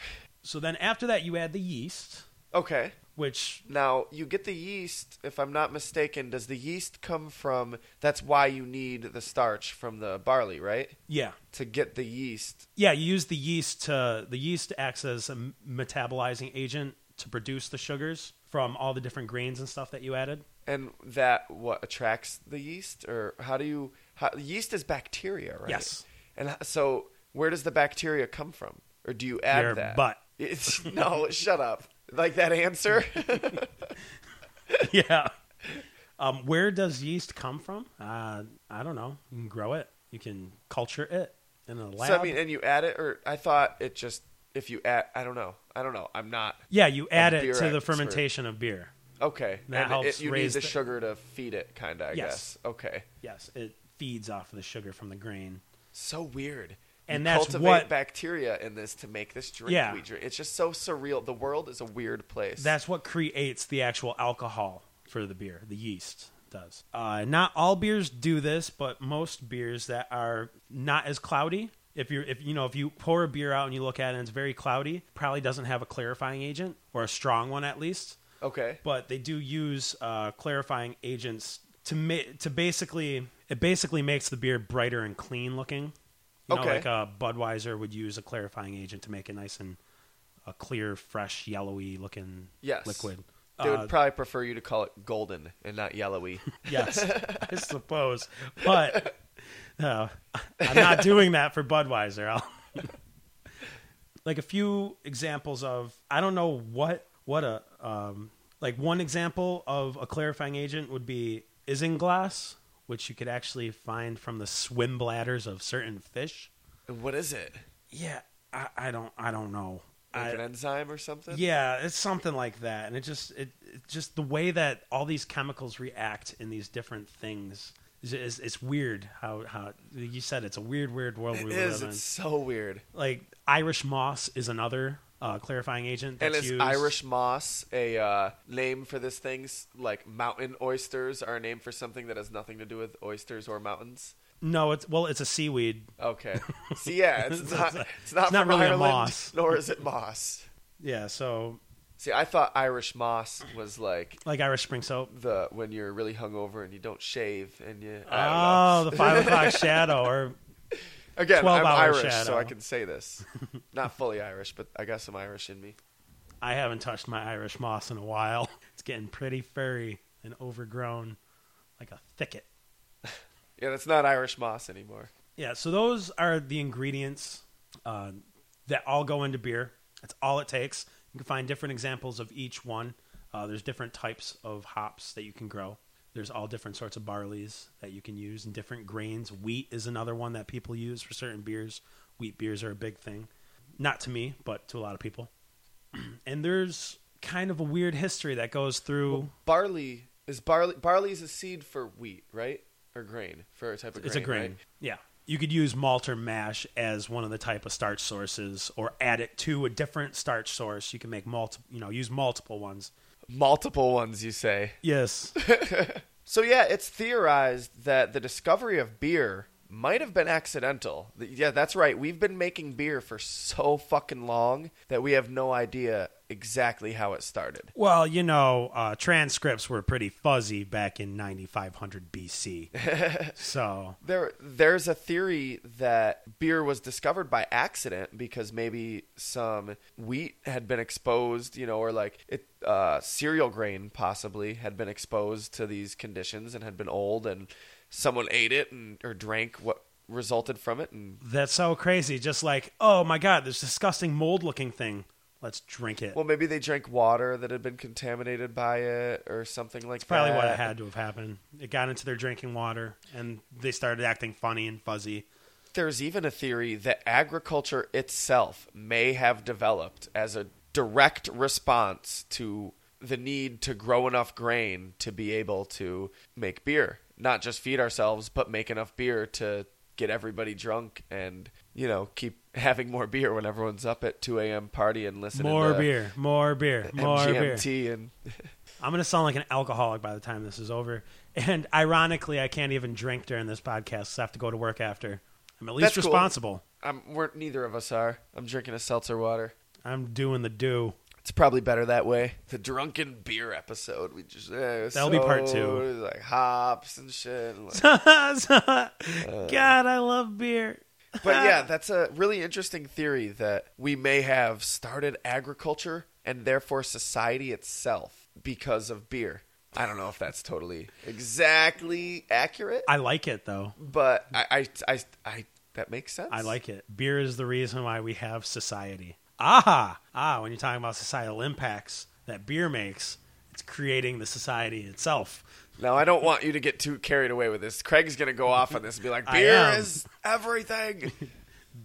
S3: So then after that, you add the yeast,
S2: Okay.
S3: which
S2: Now you get the yeast. If I'm not mistaken, does the yeast come from? That's why you need the starch from the barley, right?
S3: yeah,
S2: To get the yeast.
S3: Yeah, you use the yeast to the yeast acts as a metabolizing agent to produce the sugars from all the different grains and stuff that you added.
S2: And that what attracts the yeast, or how do you? How, yeast is bacteria, right?
S3: Yes.
S2: And h- so, where does the bacteria come from, or do you add
S3: Your
S2: that?
S3: butt.
S2: It's, no, shut up. Like that answer.
S3: yeah. Um, where does yeast come from? Uh, I don't know. You can grow it. You can culture it in a lab.
S2: so I mean, and you add it, or I thought it just if you add. I don't know. I don't know. I'm not
S3: yeah, you add it
S2: beer
S3: to the
S2: expert.
S3: fermentation of beer.
S2: okay.
S3: That
S2: and
S3: helps
S2: it, you
S3: raise
S2: need the,
S3: the-
S2: sugar to feed it, kind of. I
S3: Yes.
S2: guess. Okay.
S3: Yes, it feeds off of the sugar from the grain.
S2: So weird.
S3: And
S2: You
S3: that's
S2: cultivate
S3: what-
S2: bacteria in this to make this drink
S3: Yeah.
S2: we drink. It's just so surreal. The world is a weird place.
S3: That's what creates the actual alcohol for the beer. The yeast does. Uh, not all beers do this, but most beers that are not as cloudy. If you're, if you know, if you pour a beer out and you look at it and it's very cloudy, probably doesn't have a clarifying agent or a strong one at least.
S2: okay.
S3: But they do use uh, clarifying agents to ma- to basically it basically makes the beer brighter and clean looking. You know,
S2: Okay.
S3: like uh, Budweiser would use a clarifying agent to make it nice and a clear, fresh, yellowy looking
S2: Yes.
S3: liquid.
S2: They
S3: Uh,
S2: would probably prefer you to call it golden and not yellowy.
S3: Yes, I suppose. But no, I'm not doing that for Budweiser. I'll, like a few examples of I don't know what what a um, like one example of a clarifying agent would be isinglass, which you could actually find from the swim bladders of certain fish.
S2: And what is it?
S3: Yeah, I, I don't I don't know.
S2: Like
S3: I-
S2: an enzyme or something?
S3: yeah, it's something like that, and it just it, it just the way that all these chemicals react in these different things It's, it's, it's weird how, how you said it's a weird, weird world we
S2: It
S3: live
S2: is.
S3: in.
S2: It's so weird.
S3: Like Irish moss is another uh, clarifying agent that's
S2: and it's
S3: used.
S2: Irish moss, a uh, name for this thing. s- Like mountain oysters are a name for something that has nothing to do with oysters or mountains.
S3: No, it's well, it's a seaweed.
S2: Okay. So yeah, it's not. It's not,
S3: It's not
S2: from
S3: really a
S2: Ireland,
S3: moss.
S2: nor is it moss.
S3: Yeah, so
S2: See, I thought Irish moss was like
S3: like Irish spring soap.
S2: the when you're really hungover and you don't shave and you. I
S3: Oh,
S2: don't know.
S3: the five o'clock shadow, or
S2: Again,
S3: 12
S2: I'm
S3: hour
S2: Irish, so
S3: shadow.
S2: I can say this. Not fully Irish, but I got some Irish in me.
S3: I haven't touched my Irish moss in a while. It's getting pretty furry and overgrown, like a thicket.
S2: Yeah, that's not Irish moss anymore.
S3: Yeah, so those are the ingredients uh, that all go into beer. That's all it takes. You can find different examples of each one. Uh, there's different types of hops that you can grow. There's all different sorts of barleys that you can use and different grains. Wheat is another one that people use for certain beers. Wheat beers are a big thing. Not to me, but to a lot of people. and there's kind of a weird history that goes through.
S2: Barley is barley. Barley is a seed for wheat, right? Or grain for a type of grain.
S3: it's a grain.
S2: right?
S3: Yeah. You could use malt or mash as one of the type of starch sources or add it to a different starch source. You can make multiple, you know, use multiple ones.
S2: Multiple ones, you say.
S3: Yes.
S2: So yeah, it's theorized that the discovery of beer might have been accidental. Th- Yeah, that's right. We've been making beer for so fucking long that we have no idea exactly how it started.
S3: well, you know, uh, transcripts were pretty fuzzy back in 9500 BC. so,
S2: There, there's a theory that beer was discovered by accident because maybe some wheat had been exposed, you know, or like it, uh, cereal grain possibly had been exposed to these conditions and had been old, and someone ate it and or drank what resulted from it, and
S3: that's so crazy. Just like, oh my God, this disgusting mold looking thing. Let's drink it.
S2: well, maybe they drank water that had been contaminated by it or something like
S3: It's probably
S2: that.
S3: what had to have happened. It got into their drinking water and they started acting funny and fuzzy.
S2: There's even a theory that agriculture itself may have developed as a direct response to the need to grow enough grain to be able to make beer. Not just feed ourselves, but make enough beer to get everybody drunk and, you know, keep having more beer when everyone's up at 2 a.m. party and listening
S3: More
S2: to
S3: beer, more beer, more beer.
S2: MGMT and
S3: I'm going to sound like an alcoholic by the time this is over. And ironically, I can't even drink during this podcast 'cause I have to go to work after. I'm at least
S2: That's cool.
S3: responsible.
S2: I'm, we're, neither of us are. I'm drinking a seltzer water.
S3: I'm doing the do.
S2: It's probably better that way. The drunken beer episode. We just eh, it was
S3: That'll be part
S2: so-
S3: two.
S2: it was Like hops and shit. and like- Uh.
S3: God, I love beer.
S2: but yeah, that's a really interesting theory that we may have started agriculture and therefore society itself because of beer. I don't know if that's totally exactly accurate,
S3: I like it, though.
S2: but I, I, I, I that makes sense.
S3: I like it. Beer is the reason why we have society. Aha! Ah, when you're talking about societal impacts that beer makes, it's creating the society itself.
S2: Now I don't want you to get too carried away with this. Craig's gonna go off on this and be like,
S3: I
S2: "Beer
S3: am.
S2: is everything."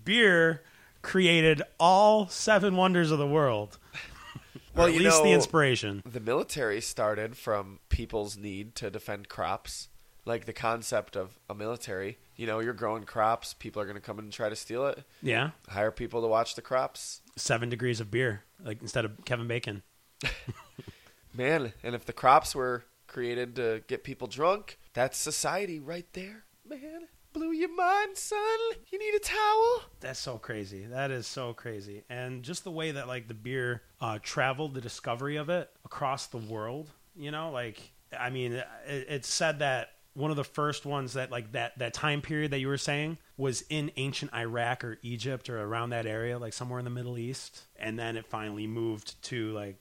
S3: Beer created all seven wonders of the world.
S2: Well,
S3: at
S2: you
S3: least the
S2: know-
S3: inspiration.
S2: the military started from people's need to defend crops like the concept of a military you know you're growing crops people are going to come and try to steal it
S3: Yeah.
S2: hire people to watch the crops
S3: seven degrees of beer, like instead of Kevin Bacon.
S2: man and if the crops were created to get people drunk that's society right there man blew your mind son you need a towel
S3: That's so crazy. That is so crazy. And just the way that like the beer uh, traveled, the discovery of it across the world. You know, like I mean, it, it's said that one of the first ones that like that that time period that you were saying was in ancient Iraq or Egypt or around that area, like somewhere in the Middle East, and then it finally moved to like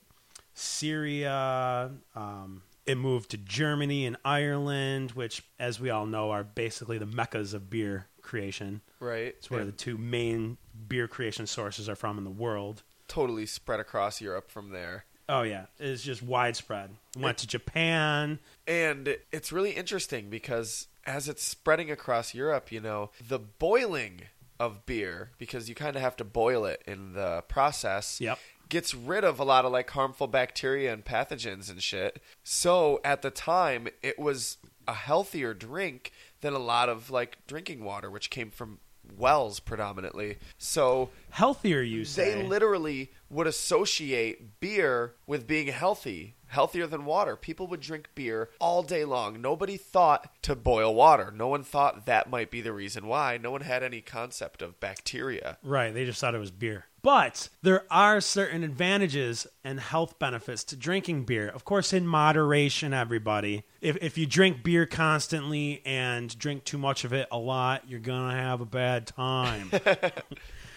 S3: Syria. Um, it moved to Germany and Ireland, which, as we all know, are basically the meccas of beer creation.
S2: right
S3: It's where the two main beer creation sources are from in the world.
S2: totally spread across europe from there
S3: Oh yeah, it's just widespread. Went to Japan.
S2: And it's really interesting because as it's spreading across Europe, you know, the boiling of beer, because you kind of have to boil it in the process,
S3: Yep.
S2: gets rid of a lot of like harmful bacteria and pathogens and shit. So at the time, it was a healthier drink than a lot of like drinking water, which came from wells predominantly. So
S3: Healthier, you say?
S2: they literally would associate beer with being healthy, healthier than water. People would drink beer all day long. Nobody thought to boil water. No one thought that might be the reason why. No one had any concept of bacteria.
S3: Right, they just thought it was beer. But there are certain advantages and health benefits to drinking beer. Of course, in moderation, everybody. If, if you drink beer constantly and drink too much of it a lot, you're going to have a bad time.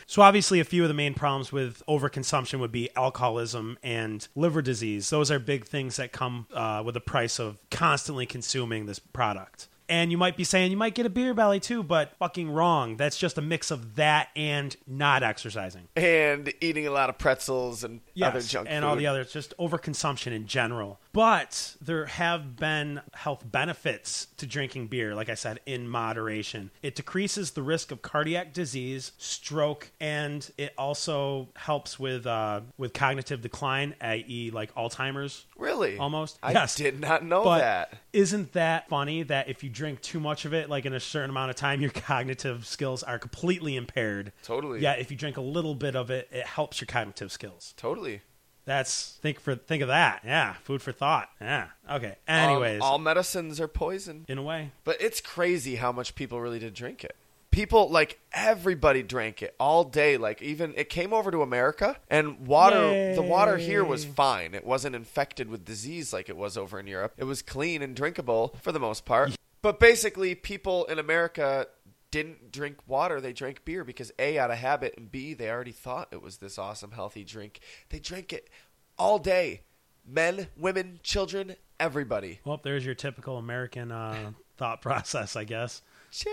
S3: so, obviously, a few of the main problems with overconsumption would be alcoholism and liver disease. Those are big things that come uh, with the price of constantly consuming this product. And you might be saying you might get a beer belly too, but fucking wrong. That's just a mix of that and not exercising.
S2: And eating a lot of pretzels and
S3: Yes,
S2: other junk
S3: and all
S2: food.
S3: the other. It's just overconsumption in general. But there have been health benefits to drinking beer, like I said, in moderation. It decreases the risk of cardiac disease, stroke, and it also helps with uh, with cognitive decline, i.e., like Alzheimer's.
S2: Really?
S3: Almost.
S2: I
S3: Yes.
S2: did not know
S3: but
S2: that.
S3: isn't that funny that if you drink too much of it, like in a certain amount of time, your cognitive skills are completely impaired?
S2: Totally.
S3: Yeah, if you drink a little bit of it, it helps your cognitive skills.
S2: Totally.
S3: That's think for think of that. Yeah, food for thought. Yeah. Okay.
S2: Um,
S3: Anyways,
S2: all medicines are poison.
S3: in a way,
S2: But it's crazy how much people really did drink it. People like everybody drank it all day. Like even it came over to America and water the water here was
S3: Yay.
S2: fine. It wasn't infected with disease like it was over in Europe. It was clean and drinkable for the most part. But basically people in America didn't drink water, they drank beer because A out of habit and B they already thought it was this awesome healthy drink. They drank it all day. Men, women, children, everybody.
S3: well, there's your typical American uh, thought process, I guess.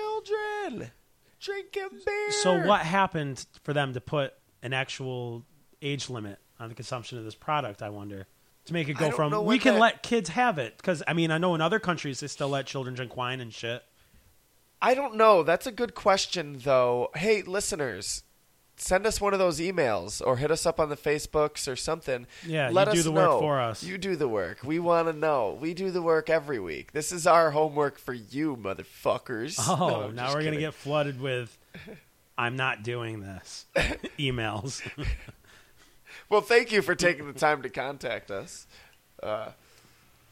S2: children drinking beer.
S3: So what happened for them to put an actual age limit on the consumption of this product? I wonder to make it
S2: I
S3: go
S2: don't
S3: from
S2: know
S3: we
S2: what
S3: can
S2: that-
S3: let kids have it because I mean I know in other countries they still let children drink wine and shit.
S2: I don't know. That's a good question, though. Hey, listeners, send us one of those emails or hit us up on the Facebooks or something.
S3: Yeah,
S2: Let
S3: you do
S2: us
S3: the work
S2: know.
S3: for us.
S2: You do the work. We want to know. We do the work every week. This is our homework for you, motherfuckers. No,
S3: Oh,
S2: I'm
S3: now
S2: just
S3: we're gonna
S2: kidding.
S3: get flooded with I'm not doing this emails.
S2: Well, thank you for taking the time to contact us. Uh,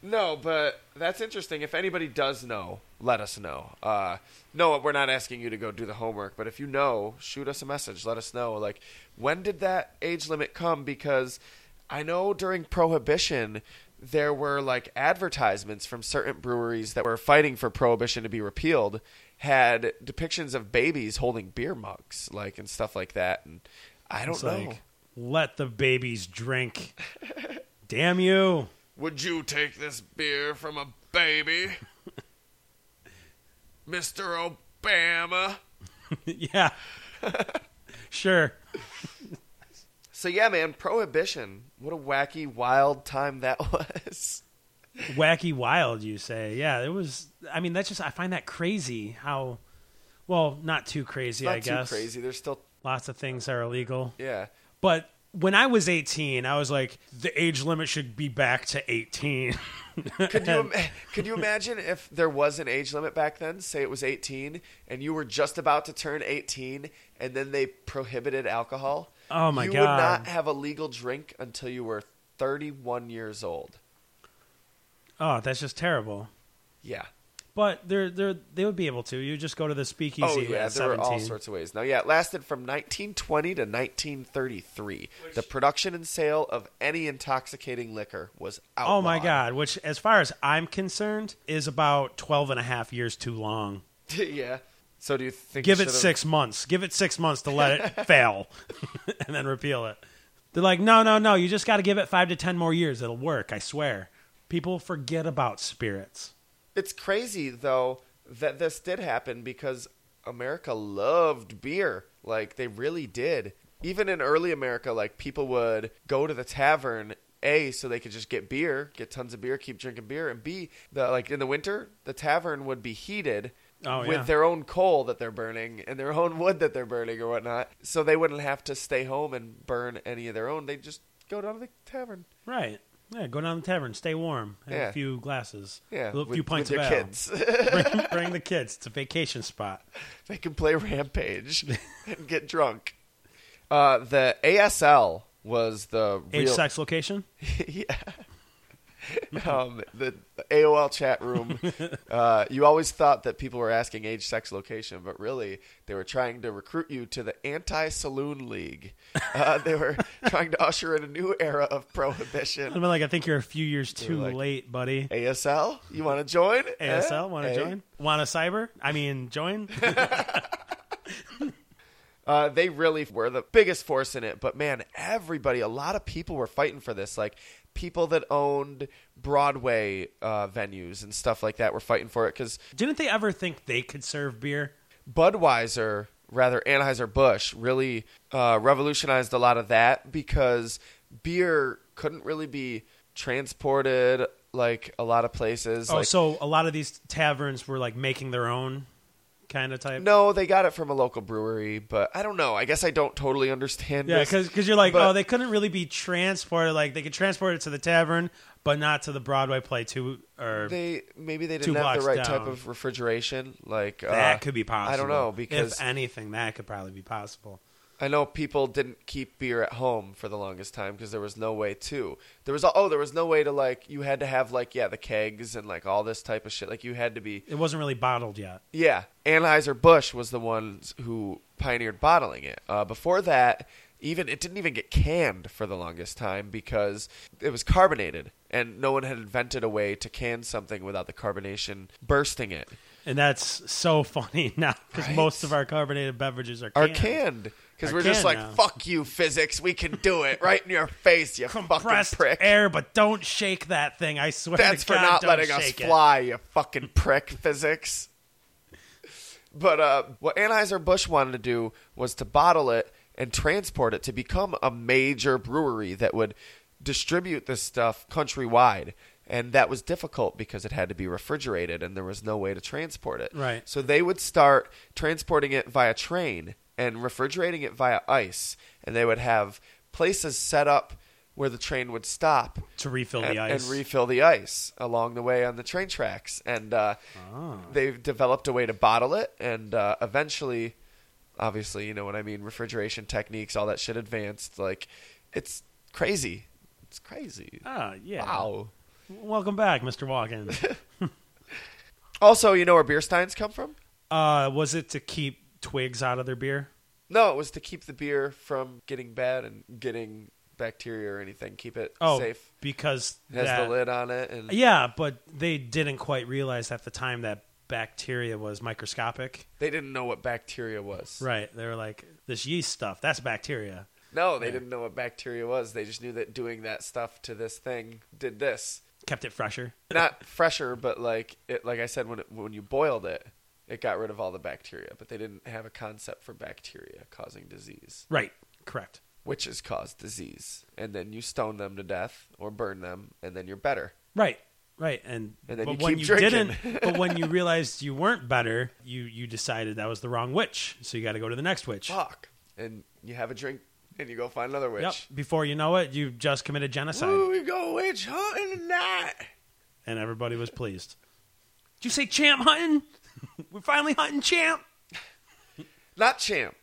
S2: no, but that's interesting. If anybody does know, let us know. Uh, no, we're not asking you to go do the homework, but if you know, shoot us a message. Let us know. Like, when did that age limit come? Because I know during Prohibition, there were like advertisements from certain breweries that were fighting for Prohibition to be repealed, had depictions of babies holding beer mugs, like, and stuff like that. And I don't
S3: It's
S2: know.
S3: like, let the babies drink. Damn you.
S2: Would you take this beer from a baby? Mr. Obama.
S3: yeah. sure.
S2: So yeah, man, prohibition. What a wacky wild time that was.
S3: Wacky wild, you say. Yeah, it was. I mean, that's just, I find that crazy how, well, not too crazy,
S2: Not
S3: I guess.
S2: too crazy. There's still
S3: Lots of things are illegal.
S2: yeah.
S3: But when I was 18, I was like, the age limit should be back to 18.
S2: Could you ima- could you imagine if there was an age limit back then? Say it was 18 and you were just about to turn 18 and then they prohibited alcohol?
S3: Oh, my
S2: you You would
S3: God.
S2: not have a legal drink until you were 31 years old.
S3: oh, that's just terrible.
S2: Yeah.
S3: But they're, they're, they would be able to. You just go to the speakeasy
S2: Oh yeah,
S3: at
S2: there
S3: 17.
S2: were all sorts of ways. Now, yeah, it lasted from 1920 to 1933. the production and sale of any intoxicating liquor was outlawed.
S3: Oh my god, which as far as I'm concerned is about 12 and a half years too long.
S2: yeah. So do you think
S3: Give
S2: you
S3: it
S2: should've-
S3: 6 months. Give it 6 months to let it fail and then repeal it. They're like, "No, no, no, you just got to give it 5 to 10 more years. It'll work, I swear." People forget about spirits.
S2: It's crazy though that this did happen because America loved beer. Like they really did. Even in early America, like people would go to the tavern a so they could just get beer, get tons of beer, keep drinking beer, and b the like in the winter the tavern would be heated
S3: Oh,
S2: with
S3: yeah.
S2: their own coal that they're burning and their own wood that they're burning or whatnot, so they wouldn't have to stay home and burn any of their own. They just go down to the tavern.
S3: Right. Yeah, go down to the tavern, stay warm, have
S2: Yeah.
S3: a few glasses, a
S2: Yeah,
S3: little-
S2: with,
S3: few pints
S2: with
S3: of
S2: your
S3: ale.
S2: kids.
S3: bring, bring the kids. It's a vacation spot.
S2: they can play Rampage and get drunk. Uh, the ASL was the
S3: Age,
S2: real
S3: sex, location.
S2: yeah. um, the AOL chat room. Uh, you always thought that people were asking age, sex, location, but really they were trying to recruit you to the anti saloon league. Uh, they were trying to usher in a new era of
S3: I'm
S2: prohibition.
S3: like, I think you're a few years too
S2: like-
S3: late, buddy.
S2: ASL, you want to join? Eh?
S3: ASL, want to
S2: Eh?
S3: join? Want to cyber? I mean, join?
S2: Uh, they really were the biggest force in it. But man, everybody, a lot of people were fighting for this. Like people that owned Broadway uh, venues and stuff like that were fighting for it because
S3: Didn't they ever think they could serve beer?
S2: Budweiser, rather Anheuser Busch, really uh, revolutionized a lot of that because beer couldn't really be transported like a lot of places.
S3: Oh,
S2: like,
S3: so a lot of these taverns were like making their own kind of type.
S2: no, they got it from a local brewery, but I don't know. I guess I don't totally understand.
S3: Yeah,
S2: this,
S3: because you're like,
S2: but-
S3: oh, they couldn't really be transported. Like they could transport it to the tavern, but not to the Broadway play too. Or
S2: they maybe they
S3: two
S2: didn't have the
S3: blocks
S2: right type
S3: down.
S2: of refrigeration. Like
S3: that
S2: uh,
S3: could be possible.
S2: I don't know because
S3: if anything, that could probably be possible.
S2: I know people didn't keep beer at home for the longest time because there was no way to. There was oh, there was no way to like you had to have like yeah the kegs and like all this type of shit. Like you had to be
S3: It wasn't really bottled yet.
S2: yeah. Anheuser Busch was the ones who pioneered bottling it. Uh, before that, even it didn't even get canned for the longest time because it was carbonated and no one had invented a way to can something without the carbonation bursting it.
S3: And that's so funny now because
S2: Right?
S3: most of our carbonated beverages are
S2: Are
S3: canned.
S2: canned. Because
S3: Are
S2: we're just
S3: canned
S2: like,
S3: now.
S2: fuck you, physics. We can do it right in your face, you
S3: Compressed
S2: fucking prick.
S3: air, but don't shake that thing. I swear
S2: That's
S3: to
S2: for
S3: God,
S2: not
S3: don't
S2: letting us
S3: shake it.
S2: fly, you fucking prick physics. But uh, what Anheuser-Busch wanted to do was to bottle it and transport it to become a major brewery that would distribute this stuff countrywide. And that was difficult because it had to be refrigerated and there was no way to transport it.
S3: Right.
S2: So they would start transporting it via train and refrigerating it via ice. And they would have places set up where the train would stop
S3: to refill
S2: and,
S3: the ice.
S2: and refill the ice along the way on the train tracks. And uh,
S3: Ah.
S2: they've developed a way to bottle it, and uh, eventually, obviously, you know what I mean, refrigeration techniques, all that shit advanced. Like, it's crazy. It's crazy.
S3: Ah, yeah.
S2: Wow.
S3: Welcome back, Mr. Walken.
S2: Also, you know where beer steins come from?
S3: uh, was it to keep twigs out of their beer?
S2: No, it was to keep the beer from getting bad and getting bacteria or anything. Keep it
S3: Oh,
S2: safe.
S3: because
S2: It has
S3: that,
S2: the lid on it, and
S3: Yeah, but they didn't quite realize at the time that bacteria was microscopic.
S2: they didn't know what bacteria was.
S3: Right. They were like, this yeast stuff, that's bacteria.
S2: No, they didn't know what bacteria was. They just knew that doing that stuff to this thing did this.
S3: Kept it fresher.
S2: Not fresher, but like it, like I said, when it, when you boiled it, it got rid of all the bacteria. But they didn't have a concept for bacteria causing disease,
S3: Right. Correct.
S2: witches cause disease, and then you stone them to death or burn them, and then you're better.
S3: Right. Right. And,
S2: And then
S3: but
S2: you
S3: when
S2: keep
S3: you
S2: drinking.
S3: didn't but when you realized you weren't better, you you decided that was the wrong witch. So you gotta go to the next witch.
S2: Fuck. And you have a drink, and you go find another witch.
S3: Yep. Before you know it, you just committed genocide.
S2: Woo, we go witch hunting tonight.
S3: and everybody was pleased. Did you say champ hunting? We're finally hunting champ
S2: Not champ.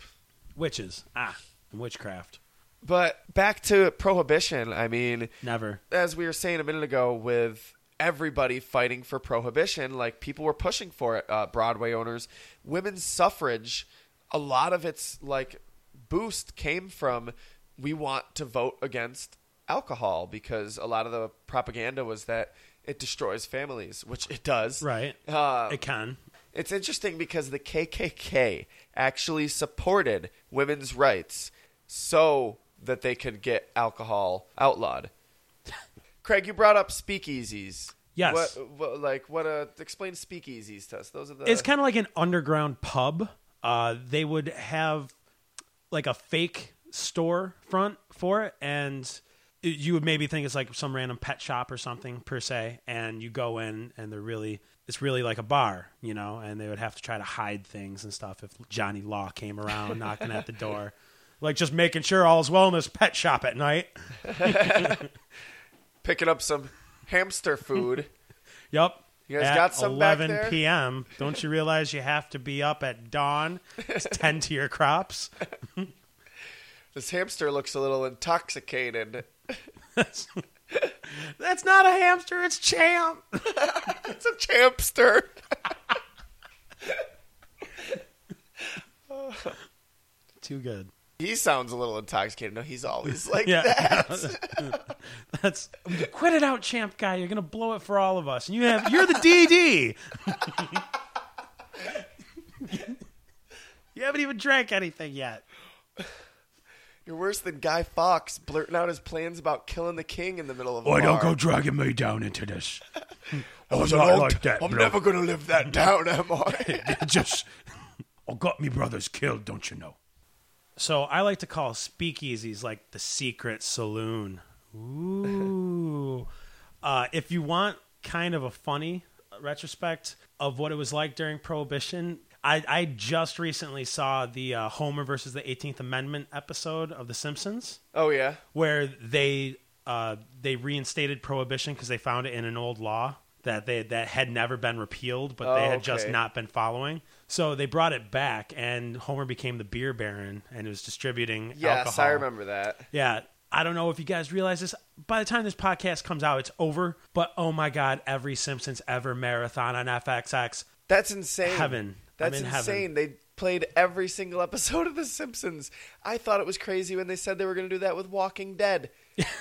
S3: witches. Ah, and witchcraft.
S2: But back to prohibition. I mean,
S3: Never.
S2: as we were saying a minute ago, with everybody fighting for prohibition, like people were pushing for it. Uh, Broadway owners, women's suffrage, a lot of its like boost came from we want to vote against alcohol because a lot of the propaganda was that it destroys families, which it does.
S3: Right.
S2: Uh,
S3: it can.
S2: it's interesting because the KKK actually supported women's rights so that they could get alcohol outlawed. Craig, you brought up speakeasies.
S3: Yes.
S2: What, what, like what? Uh, explain speakeasies to us. Those are the.
S3: it's kind of like an underground pub. Uh, they would have like a fake store front for it, and you would maybe think it's like some random pet shop or something per se. And you go in, and they're really it's really like a bar, you know. And they would have to try to hide things and stuff if Johnny Law came around knocking at the door, like just making sure all's well in this pet shop at night.
S2: picking up some hamster food.
S3: Yep.
S2: You guys
S3: at
S2: got some back
S3: 11
S2: there?
S3: p.m. Don't you realize you have to be up at dawn to tend to your crops?
S2: This hamster looks a little intoxicated.
S3: That's not a hamster. It's champ.
S2: It's a champster.
S3: Too good.
S2: He sounds a little intoxicated. No, he's always like
S3: Yeah.
S2: that.
S3: That's quit it out, champ guy. You're gonna blow it for all of us. And you have you're the DD. you haven't even drank anything yet.
S2: You're worse than Guy Fox blurting out his plans about killing the king in the middle
S3: Oh,
S2: of a
S5: Why don't
S2: bar.
S5: go dragging me down into this?
S2: Oh, I was
S5: I'm not
S2: an old-
S5: like that,
S2: I'm
S5: bro.
S2: never gonna live that down, am I?
S5: It just, I got me brothers killed, don't you know?
S3: So I like to call speakeasies like the secret saloon. Ooh. uh, if you want kind of a funny retrospect of what it was like during Prohibition, I, I just recently saw the uh, Homer versus the 18th Amendment episode of The Simpsons
S2: oh yeah.
S3: where they uh, they reinstated prohibition because they found it in an old law that they that had never been repealed, but they
S2: Oh,
S3: had just
S2: okay.
S3: not been following. So they brought it back, and Homer became the beer baron and was distributing.
S2: Yes,
S3: alcohol.
S2: I remember that.
S3: Yeah, I don't know if you guys realize this. By the time this podcast comes out, it's over. But oh my god, every Simpsons ever marathon on FXX.
S2: That's insane.
S3: Heaven. I'm
S2: That's
S3: in heaven.
S2: insane. They played every single episode of The Simpsons. I thought it was crazy when they said they were going to do that with Walking Dead.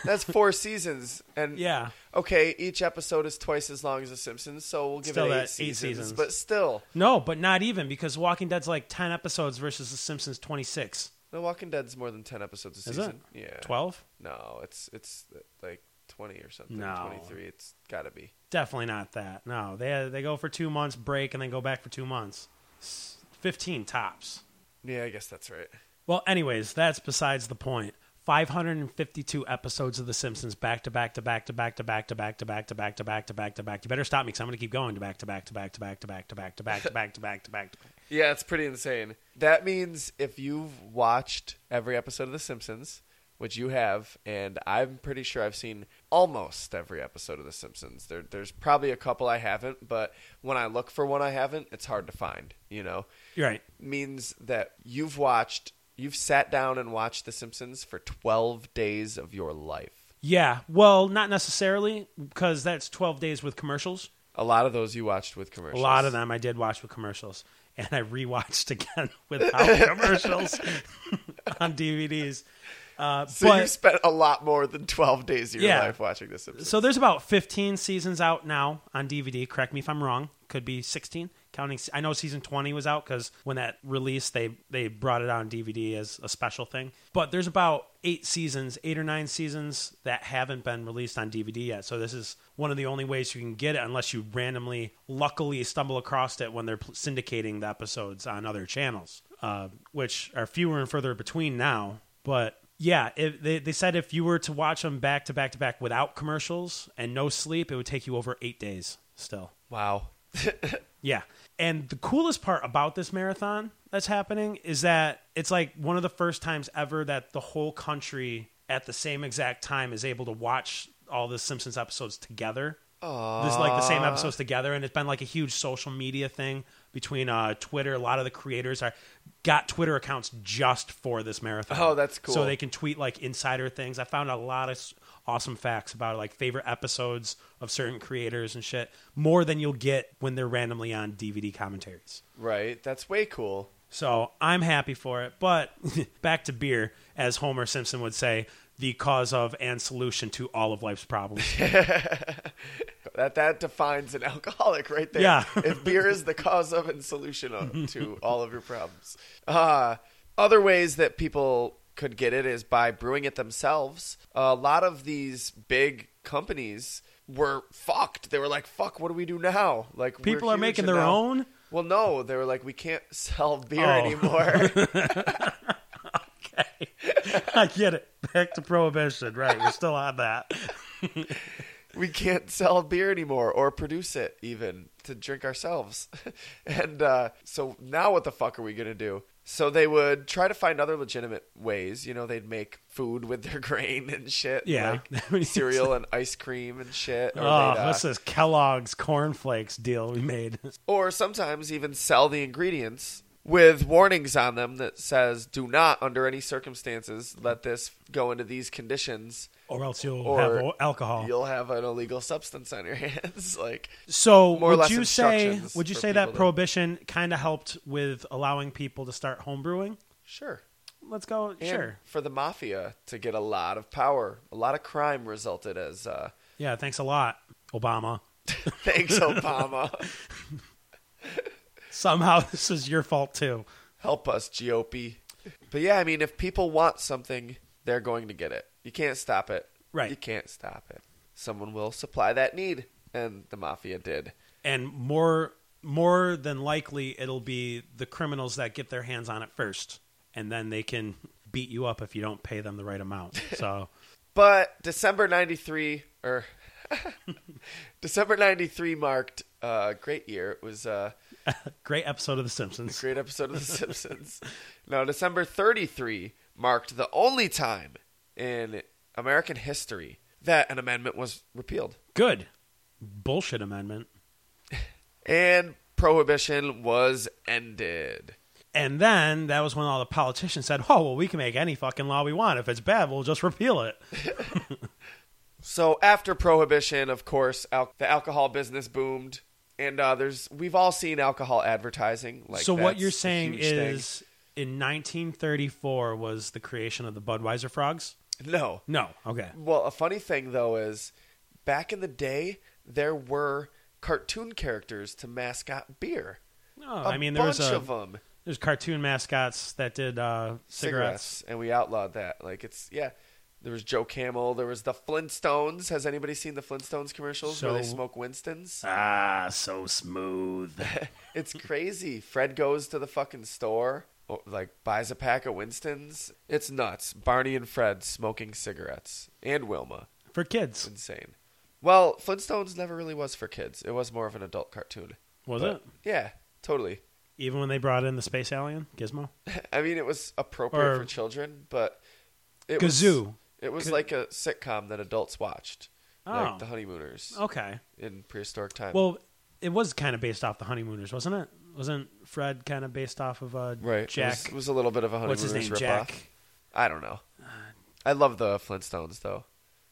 S2: That's four seasons, and
S3: Yeah.
S2: okay, each episode is twice as long as The Simpsons, so we'll give
S3: Still
S2: it eight,
S3: that eight
S2: seasons,
S3: seasons.
S2: But still,
S3: No, but not even because Walking Dead's like ten episodes versus The Simpsons twenty six.
S2: The Walking Dead's more than ten episodes a
S3: Is
S2: season.
S3: it?
S2: Yeah,
S3: Twelve.
S2: No, it's it's like twenty or something.
S3: No.
S2: Twenty three. It's got to be.
S3: Definitely not that. No, they they go for two months break and then go back for two months. S- Fifteen tops.
S2: Yeah, I guess that's right.
S3: Well, anyways, that's besides the point. 552 episodes of The Simpsons back to back to back to back to back to back to back to back to back to back to back. You better stop me because I'm going to keep going to back to back to back to back to back to back to back to back to back to back.
S2: Yeah, it's pretty insane. That means if you've watched every episode of The Simpsons, which you have, and I'm pretty sure I've seen almost every episode of The Simpsons. There, there's probably a couple I haven't, but when I look for one I haven't, it's hard to find. You know,
S3: You're right.
S2: means that you've watched, you've sat down and watched The Simpsons for 12 days of your life.
S3: Yeah. Well, not necessarily because that's 12 days with commercials.
S2: A lot of those you watched with
S3: A
S2: commercials.
S3: lot of them I did watch with commercials, and I rewatched again without commercials on DVDs. Uh,
S2: So
S3: but
S2: you spent a lot more than 12 days of your
S3: Yeah.
S2: life watching The Simpsons.
S3: so there's about 15 seasons out now on DVD. Correct me if I'm wrong. Could be 16. Counting, I know season 20 was out because when that released, they they brought it out on DVD as a special thing. But there's about eight seasons, eight or nine seasons that haven't been released on DVD yet. So this is one of the only ways you can get it unless you randomly, luckily, stumble across it when they're pl- syndicating the episodes on other channels, uh, which are fewer and further between now. But yeah, if they, they said if you were to watch them back to back to back without commercials and no sleep, it would take you over eight days still.
S2: wow.
S3: Yeah. And the coolest part about this marathon that's happening is that it's like one of the first times ever that the whole country at the same exact time is able to watch all the Simpsons episodes together. This is like the same episodes together, and it's been like a huge social media thing between uh, Twitter. A lot of the creators are got Twitter accounts just for this marathon.
S2: Oh, that's cool.
S3: So they can tweet like insider things. I found a lot of s- awesome facts about like favorite episodes of certain creators and shit. More than you'll get when they're randomly on DVD commentaries.
S2: Right. That's way cool.
S3: So I'm happy for it. But back to beer, as Homer Simpson would say, the cause of and solution to all of life's problems.
S2: That that defines an alcoholic right there.
S3: Yeah.
S2: if beer is the cause of and solution of, to all of your problems. Uh, other ways that people could get it is by brewing it themselves. a lot of these big companies were fucked. They were like, "Fuck, what do we do now?" Like we're
S3: People are
S2: huge
S3: making
S2: and
S3: their
S2: now-
S3: own.
S2: Well, no, they were like, "We can't sell beer
S3: Oh.
S2: anymore."
S3: I get it. Back to prohibition, right? We're still on that.
S2: we can't sell beer anymore or produce it even to drink ourselves. and uh, so now what the fuck are we going to do? So they would try to find other legitimate ways. You know, they'd make food with their grain and shit.
S3: Yeah.
S2: Like cereal and ice cream and shit. Or,
S3: Oh,
S2: they'd, uh,
S3: what's this Kellogg's cornflakes deal we made?
S2: or sometimes even sell the ingredients with warnings on them that says do not under any circumstances let this go into these conditions
S3: or else you'll
S2: Or
S3: have o- alcohol.
S2: you'll have an illegal substance on your hands like
S3: so
S2: more or
S3: would
S2: less
S3: you say
S2: instructions
S3: would you
S2: for
S3: say that
S2: people to-
S3: prohibition kind of helped with allowing people to start homebrewing?
S2: sure
S3: Let's go.
S2: And
S3: sure.
S2: for the mafia to get a lot of power a lot of crime resulted as uh,
S3: Yeah. Thanks a lot, Obama.
S2: thanks obama
S3: Somehow this is your fault too.
S2: help us gop but yeah i mean if people want something they're going to get it you can't stop it
S3: Right.
S2: you can't stop it someone will supply that need and the mafia did
S3: and more more than likely it'll be the criminals that get their hands on it first and then they can beat you up if you don't pay them the right amount so
S2: But December 93, or December 93 marked uh, a great year. It was uh, a
S3: great episode of the simpsons
S2: great episode of The Simpsons. Now, December 33 marked the only time in American history that an amendment was repealed.
S3: good bullshit amendment
S2: And prohibition was ended.
S3: and then that was when all the politicians said oh well we can make any fucking law we want if it's bad we'll just repeal it
S2: So after prohibition, of course, al- the alcohol business boomed. And uh, there's we've all seen alcohol advertising. Like
S3: so what
S2: that's
S3: you're
S2: a
S3: saying
S2: huge thing.
S3: is in 1934 was the creation of the budweiser frogs
S2: no,
S3: no okay
S2: Well, a funny thing though is back in the day there were cartoon characters to mascot beer.
S3: no
S2: A
S3: Oh, i mean there
S2: bunch
S3: was a
S2: of uh, them
S3: there's cartoon mascots that did uh, cigarettes.
S2: and we outlawed that. Like it's yeah. There was Joe Camel. There was the Flintstones. Has anybody seen the Flintstones commercials where they
S3: So-
S2: smoke Winstons?
S5: Ah, so smooth.
S2: It's crazy. Fred goes to the fucking store, or, like buys a pack of Winstons. It's nuts. Barney and Fred smoking cigarettes, and Wilma.
S3: for kids.
S2: Insane. Well, Flintstones never really was for kids. It was more of an adult cartoon.
S3: Was
S2: But-
S3: it?
S2: Yeah, totally.
S3: Even when they brought in the space alien Gizmo,
S2: I mean, it was appropriate
S3: Or-
S2: for children, but it was
S3: Gazoo.
S2: it was
S3: Ga-
S2: like a sitcom that adults watched,
S3: Oh.
S2: like The Honeymooners
S3: Okay.
S2: in prehistoric time.
S3: Well, it was kind of based off the Honeymooners, wasn't it? Wasn't Fred kind of based off of uh,
S2: right, It
S3: Jack?
S2: was, it was a little bit of a Honeymooners
S3: what's his name?
S2: ripoff.
S3: Jack.
S2: I don't know. I love the Flintstones though.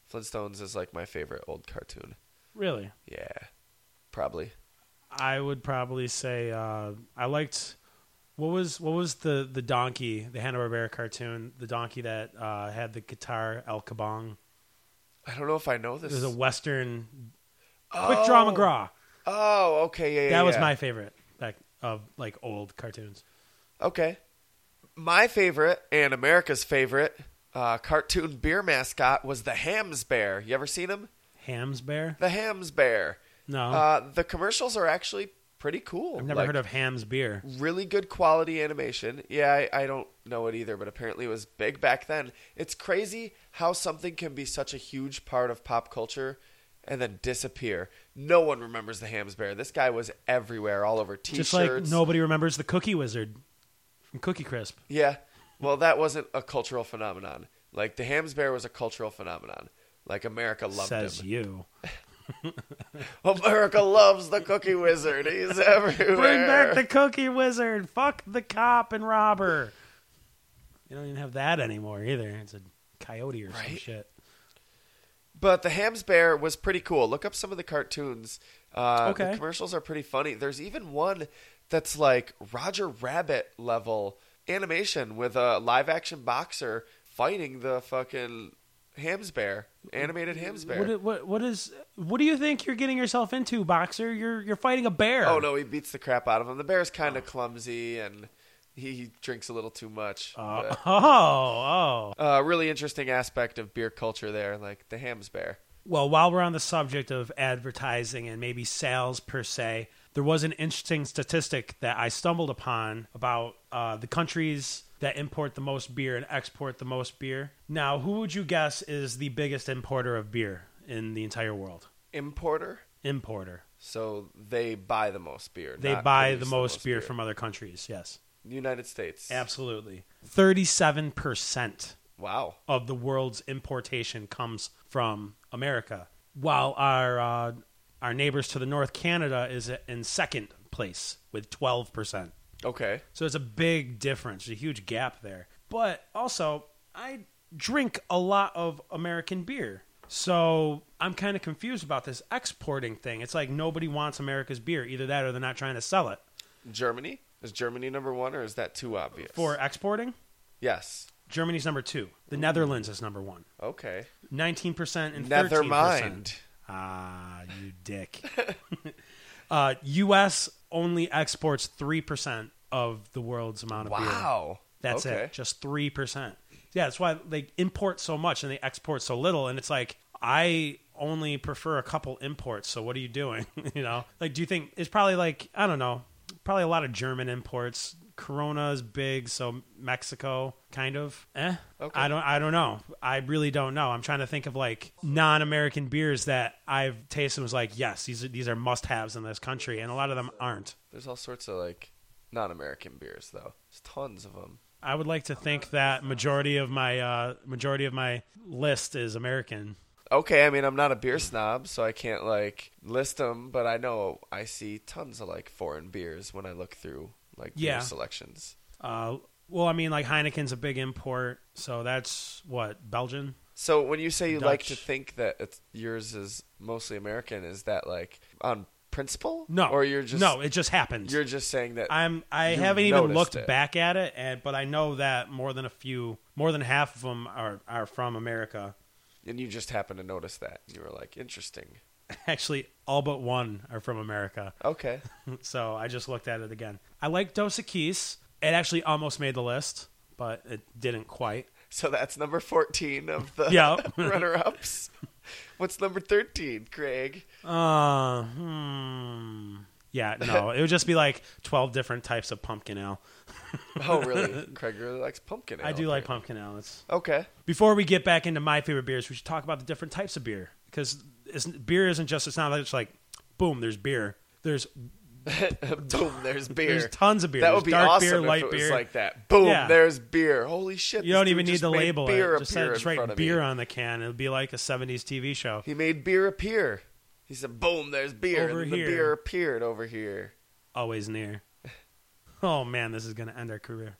S2: Flintstones is like my favorite old cartoon.
S3: Really?
S2: Yeah, probably.
S3: I would probably say uh, I liked. What was what was the the donkey? The Hanna Barbera cartoon, the donkey that uh, had the guitar El Kabong.
S2: I don't know if I know
S3: It
S2: this.
S3: was a Western. Quick Draw McGraw.
S2: Oh, okay, yeah, yeah.
S3: That was
S2: yeah.
S3: my favorite. Back of like old cartoons.
S2: Okay. My favorite and America's favorite uh, cartoon beer mascot was the Hams Bear. You ever seen him?
S3: Hams Bear?
S2: The Hams Bear.
S3: No.
S2: Uh, the commercials are actually pretty cool.
S3: I've never heard of Hams Beer.
S2: Really good quality animation. Yeah, I, I don't know it either, but apparently it was big back then. It's crazy how something can be such a huge part of pop culture and then disappear. No one remembers the Hams Bear. This guy was everywhere, all over t-shirts.
S3: Just like nobody remembers the Cookie Wizard from Cookie Crisp.
S2: Yeah. Well, that wasn't a cultural phenomenon. Like the Hams Bear was a cultural phenomenon. Like America loved
S3: says
S2: him.
S3: you.
S2: America loves the Cookie Wizard. He's everywhere.
S3: Bring back the Cookie Wizard. Fuck the cop and robber. You don't even have that anymore either. It's a coyote or some
S2: Right.
S3: shit.
S2: But the Hams Bear was pretty cool. Look up some of the cartoons. Uh,
S3: Okay.
S2: The commercials are pretty funny. There's even one that's like Roger Rabbit level animation with a live action boxer fighting the fucking Hams Bear, animated Hams Bear.
S3: What, i- what, what is? What do you think you're getting yourself into, boxer? You're you're fighting a bear.
S2: Oh no, he beats the crap out of him. The bear's kind of clumsy and he, he drinks a little too much.
S3: Uh, oh oh.
S2: but, uh, really interesting aspect of beer culture there, like the Hams bear.
S3: Well, while we're on the subject of advertising and maybe sales per se, there was an interesting statistic that I stumbled upon about uh, the countries that import the most beer and export the most beer. Now, who would you guess is the biggest importer of beer in the entire world?
S2: importer,
S3: Importer.
S2: so they buy the most beer.
S3: They
S2: not
S3: buy
S2: produce
S3: the most beer from other countries. Yes.
S2: the United States.
S3: Absolutely. 37%
S2: Wow.
S3: of the world's importation comes from America, while our uh, our neighbors to the north, Canada, is in second place with 12%.
S2: Okay.
S3: So it's a big difference, a huge gap there. But also, I drink a lot of American beer. So I'm kind of confused about this exporting thing. It's like nobody wants America's beer, either that or they're not trying to sell it.
S2: Germany is Germany number one, or is that too obvious?
S3: For exporting,
S2: yes.
S3: Germany's number two. The Netherlands is number one.
S2: Okay.
S3: Nineteen percent and
S2: Never
S3: 13%.
S2: mind.
S3: Ah, you dick. uh, U.S. only exports three percent of the world's amount of beer.
S2: Wow.
S3: That's
S2: okay.
S3: it. Just three percent. Yeah, that's why they import so much and they export so little. And it's like I only prefer a couple imports. So what are you doing? you know, like do you think it's probably like I don't know, probably a lot of German imports. Corona is big, so Mexico kind of. Eh,
S2: Okay.
S3: I don't. I don't know. I really don't know. I'm trying to think of like non-American beers that I've tasted. and Was like, yes, these are these are must-haves in this country, and a lot of them aren't.
S2: There's all sorts of like non-American beers though. There's tons of them.
S3: I would like to think that majority of my uh, majority of my list is American.
S2: Okay, I mean I'm not a beer snob, so I can't like list them, but I know I see tons of like foreign beers when I look through like
S3: Yeah.
S2: beer selections.
S3: Uh, well, I mean, like Heineken's a big import, so that's what Belgian.
S2: So when you say you like to
S3: Dutch.
S2: think that it's, yours is mostly American, is that like on principle?
S3: No,
S2: or you're just
S3: no. It just happened.
S2: you're just saying that
S3: I'm I
S2: you
S3: haven't even
S2: noticed
S3: looked
S2: it.
S3: back at it, and, but I know that more than a few, more than half of them are are from America.
S2: and you just happen to notice that. You were like, interesting.
S3: Actually, all but one are from America.
S2: Okay,
S3: so I just looked at it again. I like Dos Equis. It actually almost made the list, but it didn't quite.
S2: so that's number fourteen of the
S3: Yeah.
S2: runner-ups. What's number thirteen, Craig?
S3: Uh, hmm. Yeah, no. It would just be like 12 different types of pumpkin ale.
S2: Oh, really? Craig really likes pumpkin ale.
S3: I do like
S2: apparently.
S3: pumpkin ale. It's,
S2: Okay.
S3: before we get back into my favorite beers, we should talk about the different types of beer. Because beer isn't just, it's not like, it's like, boom, there's beer. There's,
S2: Boom, there's beer.
S3: there's tons of beer.
S2: That
S3: There's
S2: would be
S3: dark
S2: awesome
S3: beer,
S2: if
S3: light
S2: it was
S3: beer.
S2: like that. Boom,
S3: Yeah.
S2: there's beer. Holy shit.
S3: you
S2: this
S3: don't
S2: dude
S3: even need
S2: just
S3: to
S2: made
S3: label
S2: beer
S3: it. Just,
S2: appear
S3: say-
S2: in
S3: just write
S2: front of
S3: beer
S2: me.
S3: on the can. It'll be like a 70s TV show.
S2: He made beer appear. He said, boom, there's beer.
S3: Over
S2: and
S3: here.
S2: the beer appeared over here.
S3: Always near. Oh, man, this is going to end our career.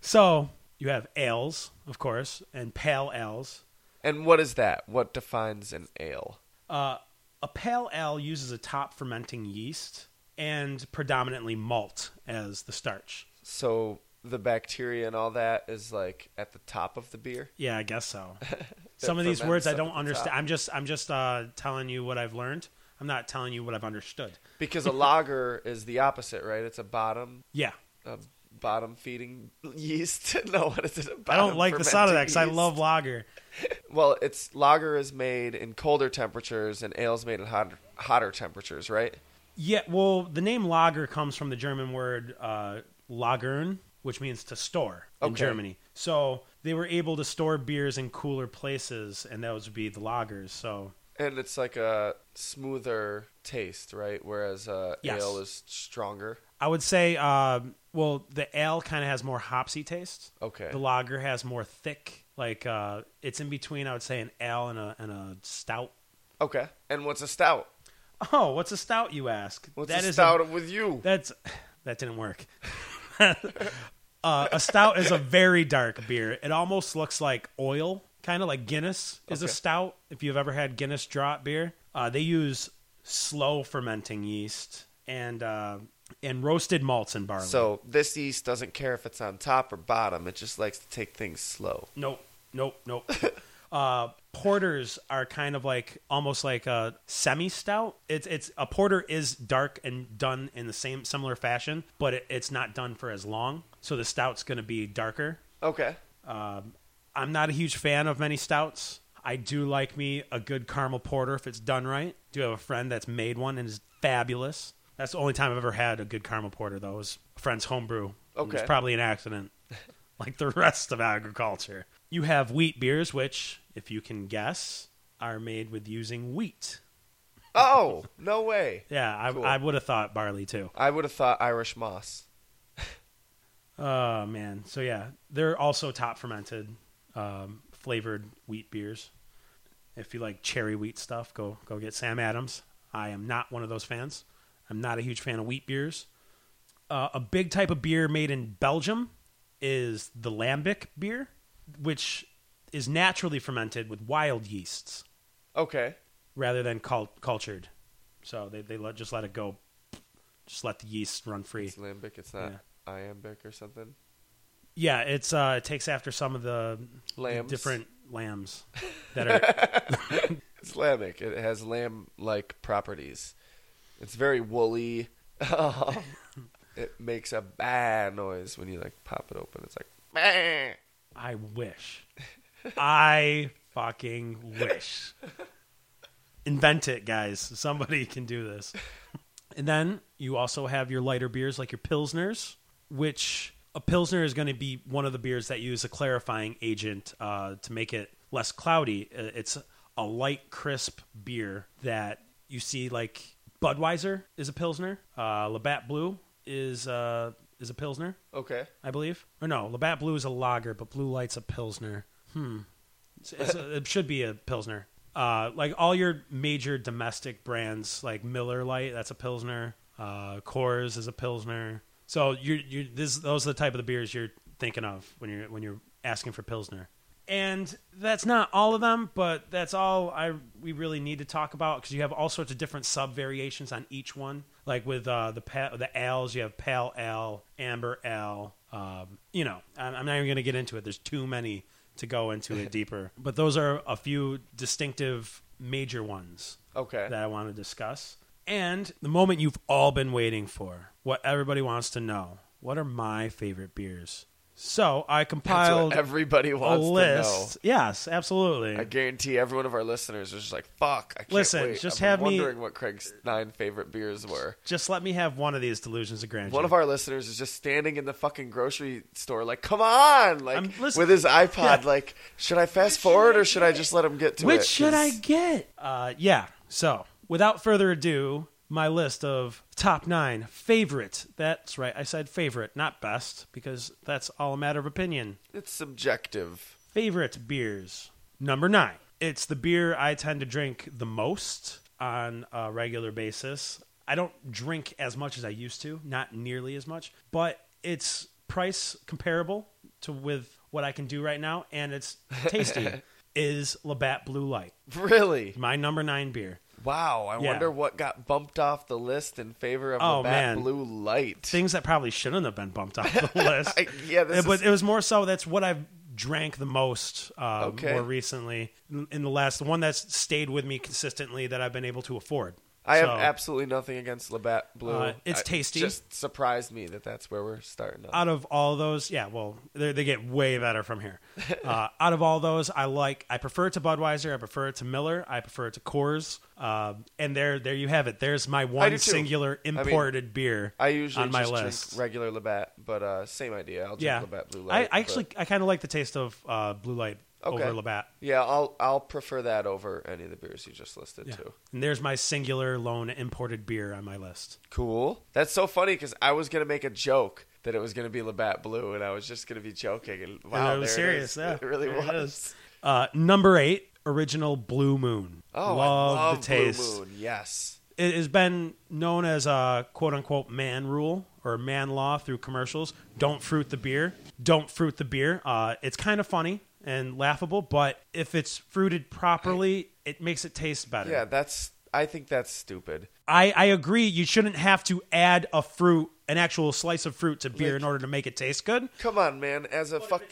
S3: So you have ales, of course, and pale ales.
S2: And what is that? What defines an ale?
S3: Uh, a pale ale uses a top fermenting yeast and predominantly malt as the starch.
S2: So the bacteria and all that is like at the top of the beer?
S3: Yeah, I guess so. Some of these words
S2: ferments
S3: I
S2: up
S3: don't
S2: at the
S3: understand.
S2: top.
S3: I'm just I'm just uh, telling you what I've learned. I'm not telling you what I've understood.
S2: Because a lager is the opposite, right? It's a bottom
S3: Yeah,
S2: a bottom feeding yeast. no, what is it? A
S3: I don't
S2: bottom
S3: like the sound of that because I
S2: fermenting
S3: love
S2: yeast?
S3: lager.
S2: Well, it's lager is made in colder temperatures and ale's made in hotter, hotter temperatures, right?
S3: Yeah, well, the name lager comes from the German word uh, lagern, which means to store in
S2: Okay.
S3: Germany. So they were able to store beers in cooler places, and those would be the lagers. So
S2: And it's like a smoother taste, right? Whereas uh,
S3: Yes.
S2: ale is stronger.
S3: I would say, uh, well, the ale kind of has more hopsy taste.
S2: Okay.
S3: The lager has more thick, like uh, it's in between. I would say an ale and a and a stout.
S2: Okay. And what's a stout?
S3: Oh, what's a stout? You ask.
S2: What's
S3: That
S2: a
S3: is
S2: stout with you?
S3: That's that didn't work. uh, a stout is a very dark beer. It almost looks like oil, kind of like Guinness is a
S2: Okay.
S3: stout. If you've ever had Guinness draught beer, uh, they use slow fermenting yeast and uh, and roasted malts and barley.
S2: So this yeast doesn't care if it's on top or bottom. It just likes to take things slow.
S3: Nope, nope, nope. uh, porters are kind of like almost like a semi stout. It's it's a porter is dark and done in the same similar fashion, but it, it's not done for as long. So the stout's going to be darker.
S2: Okay.
S3: Um, I'm not a huge fan of many stouts. I do like me a good caramel porter if it's done right. Do have a friend that's made one and is fabulous. That's the only time I've ever had a good caramel porter though. Was a friend's homebrew. It was
S2: Okay.
S3: probably an accident, like the rest of agriculture. You have wheat beers, which, if you can guess, are made with using wheat.
S2: Oh, no way.
S3: Yeah, I,
S2: Cool.
S3: I would have thought barley too.
S2: I would have thought Irish moss.
S3: Oh man, so yeah, they're also top fermented, um, flavored wheat beers. If you like cherry wheat stuff, go go get Sam Adams. I am not one of those fans. I'm not a huge fan of wheat beers. Uh, a big type of beer made in Belgium is the lambic beer, which is naturally fermented with wild yeasts
S2: Okay.
S3: rather than cul- cultured. So they they let, just let it go, just let the yeast run free.
S2: It's lambic. It's not iambic or something.
S3: Yeah, it's uh, it takes after some of the the
S2: Lambs.
S3: different lambs that are.
S2: It's lambic. It has lamb-like properties. It's very woolly. Um, it makes a bad noise when you like pop it open. It's like bah.
S3: I wish, I fucking wish. Invent it, guys. Somebody can do this. And then you also have your lighter beers like your pilsners, which a pilsner is going to be one of the beers that use a clarifying agent uh, to make it less cloudy. Uh, It's a light, crisp beer that you see like Budweiser is a pilsner, uh, Labatt Blue is uh, is a pilsner.
S2: Okay.
S3: I believe. Or no, Labatt Blue is a lager, but Blue Light's a pilsner. Hmm. It's- it's a- it should be a pilsner. Uh, like all your major domestic brands, like Miller Light, that's a pilsner. Uh, Coors is a pilsner. So you you this those are the type of the beers you're thinking of when you're when you're asking for pilsner. And that's not all of them, but that's all I we really need to talk about because you have all sorts of different sub variations on each one. Like with uh, the pa- the ales, you have pale ale, amber ale. Um, you know, I'm, I'm not even going to get into it. There's too many to go into it deeper. But those are a few distinctive major ones
S2: Okay.
S3: that I want to discuss. And the moment you've all been waiting for, what everybody wants to know. What are my favorite beers? So I
S2: That's
S3: compiled
S2: what everybody
S3: a
S2: wants
S3: list.
S2: to
S3: Yes, absolutely.
S2: know. I guarantee every one of our listeners is just like, "Fuck, I can't
S3: Listen,
S2: wait."
S3: just
S2: I've been
S3: have me-
S2: wondering what Craig's nine favorite beers were.
S3: Just let me have one of these delusions of grandeur.
S2: One of our listeners is just standing in the fucking grocery store, like, "Come
S3: I'm
S2: on!" Like
S3: listening-
S2: with his iPod,
S3: Yeah.
S2: like, "Should I fast forward or should I just let him get to it?"
S3: Which should I
S2: 'Cause-
S3: get? Uh, yeah. So, without further ado, my list of top nine favorite. That's right. I said favorite, not best, because that's all a matter of opinion.
S2: It's subjective.
S3: Favorite beers. Number nine. It's the beer I tend to drink the most on a regular basis. I don't drink as much as I used to, not nearly as much, but it's price comparable to with what I can do right now, and it's tasty. is Labatt Blue Light.
S2: Really?
S3: My number nine beer.
S2: Wow. I
S3: Yeah.
S2: wonder what got bumped off the list in favor of
S3: Oh,
S2: the bat
S3: man.
S2: blue light.
S3: Things that probably shouldn't have been bumped off the list.
S2: I- yeah, this
S3: but
S2: is-
S3: it was more so that's what I've drank the most uh,
S2: Okay.
S3: more recently in in the last the one that's stayed with me consistently that I've been able to afford.
S2: I have
S3: So,
S2: absolutely nothing against Labatt Blue.
S3: Uh, it's
S2: I-
S3: tasty.
S2: It just surprised me that that's where we're starting up.
S3: out of all those, yeah, well, they they get way better from here. Uh, out of all those, I like, I prefer it to Budweiser, I prefer it to Miller, I prefer it to Coors, uh, and there, there you have it. There's my
S2: do
S3: one
S2: too.
S3: singular
S2: I mean,
S3: imported beer
S2: I usually
S3: on my
S2: just
S3: list.
S2: drink regular Labatt, but uh, same idea. I'll drink
S3: yeah,
S2: Labatt Blue Light.
S3: I, I
S2: but-
S3: actually I kind of like the taste of uh, Blue Light
S2: Okay.
S3: over Labatt.
S2: yeah, I'll I'll prefer that over any of the beers you just listed too.
S3: And there's my singular lone imported beer on my list.
S2: Cool. That's so funny because I was gonna make a joke that it was gonna be Labatt Blue, and I was just gonna be joking. And wow,
S3: I was
S2: Oh, there it
S3: serious.
S2: is.
S3: Yeah,
S2: it really
S3: there
S2: was.
S3: it is. Uh, number eight, original Blue Moon.
S2: Oh,
S3: love,
S2: I love
S3: the taste.
S2: Blue Moon. Yes.
S3: It has been known as a quote unquote man rule or man law through commercials. Don't fruit the beer. Don't fruit the beer. Uh, it's kind of funny and laughable, but if it's fruited properly, it makes it taste better.
S2: Yeah, that's. I think that's stupid.
S3: I, I agree. You shouldn't have to add a fruit, an actual slice of fruit to beer
S2: Like-
S3: in order to make it taste good.
S2: Come on, man. As a fuck,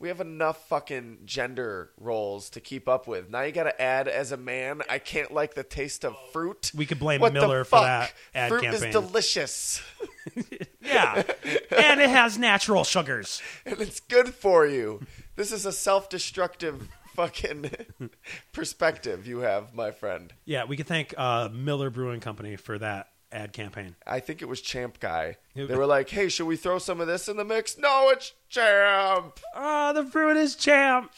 S2: we have enough fucking gender roles to keep up with. Now you got to add as a man. I can't like the taste of fruit.
S3: We could blame
S2: What the
S3: Miller for
S2: fuck?
S3: that ad
S2: fruit
S3: campaign.
S2: is delicious,
S3: Yeah. and it has natural sugars.
S2: and it's good for you. This is a self-destructive fucking perspective you have, my friend.
S3: Yeah, we can thank uh, Miller Brewing Company for that ad campaign.
S2: I think it was Champ Guy.
S3: It-
S2: They were like, "Hey, should we throw some of this in the mix?" No, it's Champ.
S3: Ah, the fruit is champ.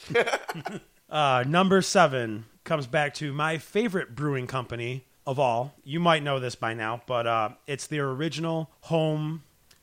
S3: uh, number seven comes back to my favorite brewing company of all. You might know this by now, but uh, it's their original home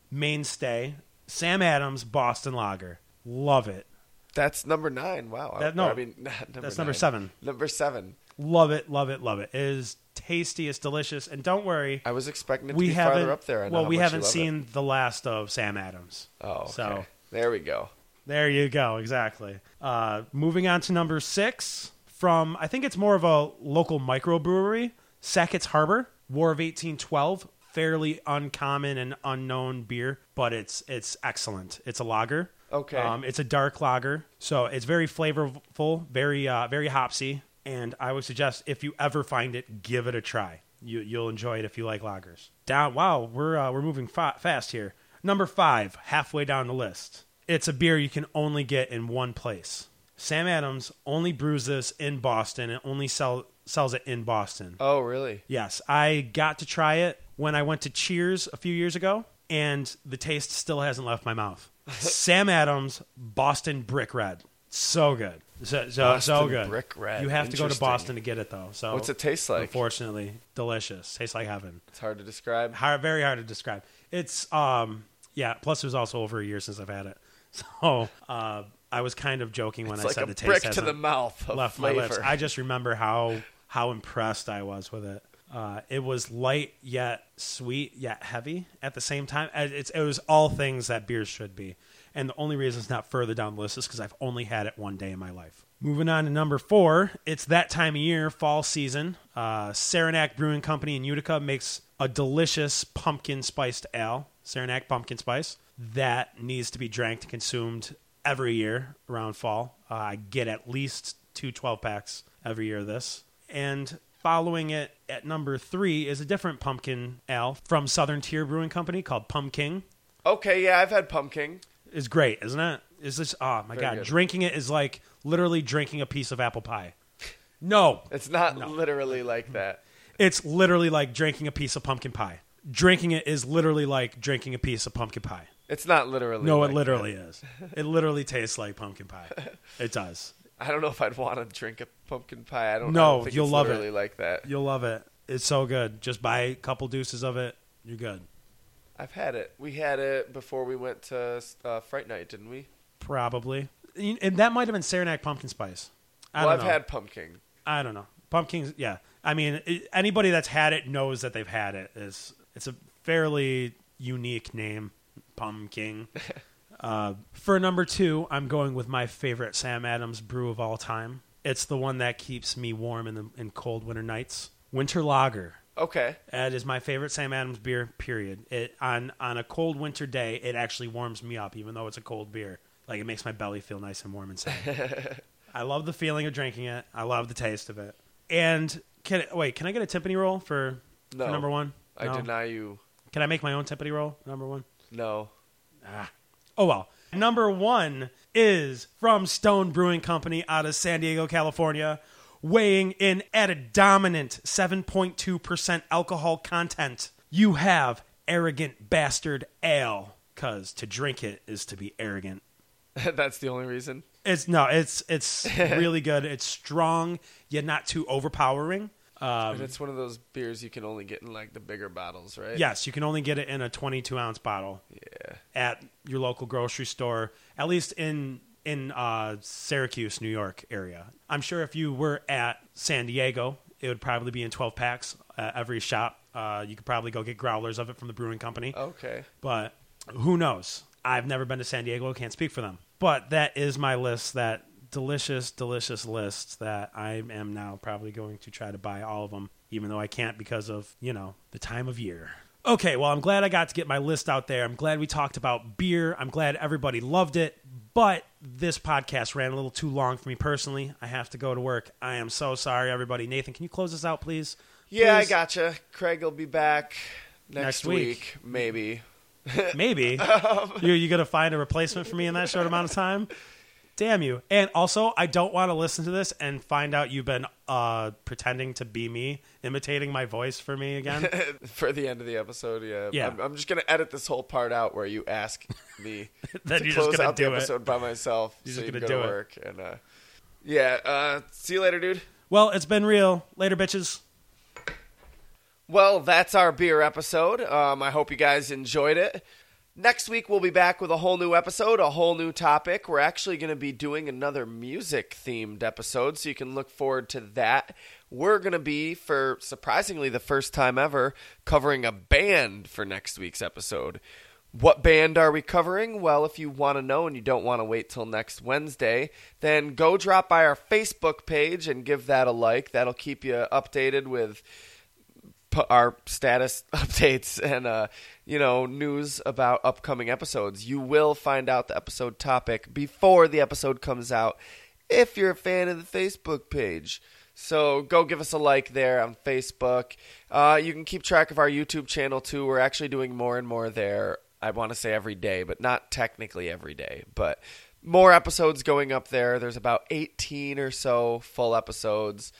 S3: mainstay, Sam Adams Boston Lager. Love it.
S2: That's number nine. Wow.
S3: That- no.
S2: I mean, not number
S3: That's number
S2: nine.
S3: seven.
S2: Number seven.
S3: Love it. Love it. Love it. It is tasty. It's delicious. And don't worry,
S2: I was expecting it to
S3: we
S2: be
S3: haven't.
S2: farther up there. I know
S3: well,
S2: how
S3: we
S2: much you
S3: haven't
S2: love it.
S3: seen the last of Sam Adams.
S2: Oh, okay.
S3: so
S2: there we go.
S3: There you go. Exactly. Uh, moving on to number six from, I think it's more of a local microbrewery, Sackett's Harbor, War of 1812. Fairly uncommon and unknown beer, but it's it's excellent. It's a lager.
S2: Okay.
S3: Um, it's a dark lager, so it's very flavorful, very uh, very hopsy, and I would suggest if you ever find it, give it a try. You you'll enjoy it if you like lagers. Down. Wow, we're uh, we're moving fa- fast here. Number five, halfway down the list. It's a beer you can only get in one place. Sam Adams only brews this in Boston and only sell, sells it in Boston.
S2: Oh, really?
S3: Yes, I got to try it when I went to Cheers a few years ago, and the taste still hasn't left my mouth. Sam Adams Boston Brick Red, so good, so so, so
S2: Boston
S3: good.
S2: Brick Red.
S3: You have to go to
S2: Interesting.
S3: Boston to get it though. So
S2: What's it taste like?
S3: Unfortunately, delicious. Tastes like heaven.
S2: It's hard to describe.
S3: Hard, very hard to describe. It's um yeah. Plus, it was also over a year since I've had it, so uh, I was kind of joking when
S2: It's
S3: I
S2: like
S3: said
S2: a
S3: the taste
S2: brick to
S3: hasn't-
S2: the mouth of
S3: left
S2: flavor.
S3: my lips. I just remember how how impressed I was with it. Uh, it was light yet sweet yet heavy at the same time. Uh, It's, it was all things that beers should be. And the only reason it's not further down the list is because I've only had it one day in my life. Moving on to number four, it's that time of year, fall season. Uh, Saranac Brewing Company in Utica makes a delicious pumpkin spiced ale, Saranac pumpkin spice, that needs to be drank and consumed every year around fall. Uh, I get at least two 12 packs every year of this. And following it at number three is a different pumpkin ale from Southern Tier Brewing Company called Pumpkin.
S2: okay, yeah, I've had pumpkin.
S3: Is great, isn't it? Is this, oh my
S2: Very
S3: God,
S2: good.
S3: drinking it is like literally drinking a piece of apple pie. No,
S2: It's not literally like that.
S3: it's literally like drinking a piece of pumpkin pie. Drinking it is literally like drinking a piece of pumpkin pie.
S2: It's not literally.
S3: No,
S2: like
S3: it literally is. It literally tastes like pumpkin pie. It does.
S2: I don't know if I'd want to drink a pumpkin pie. I don't. I
S3: No,
S2: don't think
S3: you'll
S2: it's
S3: love it.
S2: literally like that.
S3: You'll love it. It's so good. Just buy a couple deuces of it. You're good.
S2: I've had it. We had it before we went to uh, Fright Night, didn't we?
S3: Probably. And that might have been Saranac pumpkin spice. I
S2: well, I've
S3: don't know.
S2: had pumpkin.
S3: I don't know. Pumpkins, yeah. I mean, i anybody that's had it knows that they've had it. It's, it's a fairly unique name, Pumpkin. uh, for number two, I'm going with my favorite Sam Adams brew of all time. It's the one that keeps me warm in, the, in cold winter nights. Winter Lager.
S2: Okay,
S3: That is my favorite Sam Adams beer. Period. It on on a cold winter day, it actually warms me up, even though it's a cold beer. Like it makes my belly feel nice and warm inside. I love the feeling of drinking it. I love the taste of it. And can wait? Can I get a timpani roll for, for
S2: No.
S3: number one?
S2: I
S3: No?
S2: deny you.
S3: Can I make my own timpani roll? Number one.
S2: No.
S3: Oh well. Number one is from Stone Brewing Company out of San Diego, California, weighing in at a dominant 7.2% alcohol content. You have arrogant bastard ale, cause to drink it is to be arrogant.
S2: That's the only reason.
S3: It's no, it's it's really good. It's strong yet not too overpowering. Um,
S2: And it's one of those beers you can only get in like the bigger bottles, right?
S3: yes, you can only get it in a 22 ounce bottle.
S2: Yeah.
S3: at your local grocery store, at least in in uh, Syracuse, New York area. I'm sure if you were at San Diego, it would probably be in 12 packs uh, every shop. Uh, you could probably go get growlers of it from the brewing company,
S2: Okay.
S3: but who knows? I've never been to San Diego, can't speak for them. But that is my list. That delicious, delicious list that I am now probably going to try to buy all of them, even though I can't because of you know the time of year. Okay, well, I'm glad I got to get my list out there. I'm glad we talked about beer. I'm glad everybody loved it. But this podcast ran a little too long for me personally. I have to go to work. I am so sorry, everybody. Nathan, can you close this out, please?
S2: Yeah, I
S3: Please?
S2: gotcha. Craig will be back next,
S3: Next
S2: week,
S3: week.
S2: maybe. Um,
S3: Maybe. you you going to find a replacement for me in that short amount of time? Damn you. And also, I don't want to listen to this and find out you've been uh, pretending to be me, imitating my voice for me again.
S2: for the end of the episode. Yeah,
S3: Yeah.
S2: I'm, I'm just gonna edit this whole part out where you ask me
S3: Then
S2: to
S3: you're just
S2: close
S3: gonna
S2: out the
S3: do it.
S2: episode by myself.
S3: You're
S2: so
S3: just
S2: you
S3: gonna
S2: can go
S3: do
S2: to
S3: it.
S2: work and uh, yeah. Uh, see you later, dude.
S3: well, it's been real. Later, bitches.
S2: Well, that's our beer episode. Um, I hope you guys enjoyed it. Next week, we'll be back with a whole new episode, a whole new topic. We're actually going to be doing another music themed episode, so you can look forward to that. We're going to be, for surprisingly the first time ever, covering a band for next week's episode. What band are we covering? Well, if you want to know and you don't want to wait till next Wednesday, then go drop by our Facebook page and give that a like. That'll keep you updated with pu- our status updates and uh, you know news about upcoming episodes. You will find out the episode topic before the episode comes out if you're a fan of the Facebook page. So go give us a like there on Facebook. Uh, you can keep track of our YouTube channel too. We're actually doing more and more there. I want to say every day, but not technically every day, but more episodes going up there. There's about 18 or so full episodes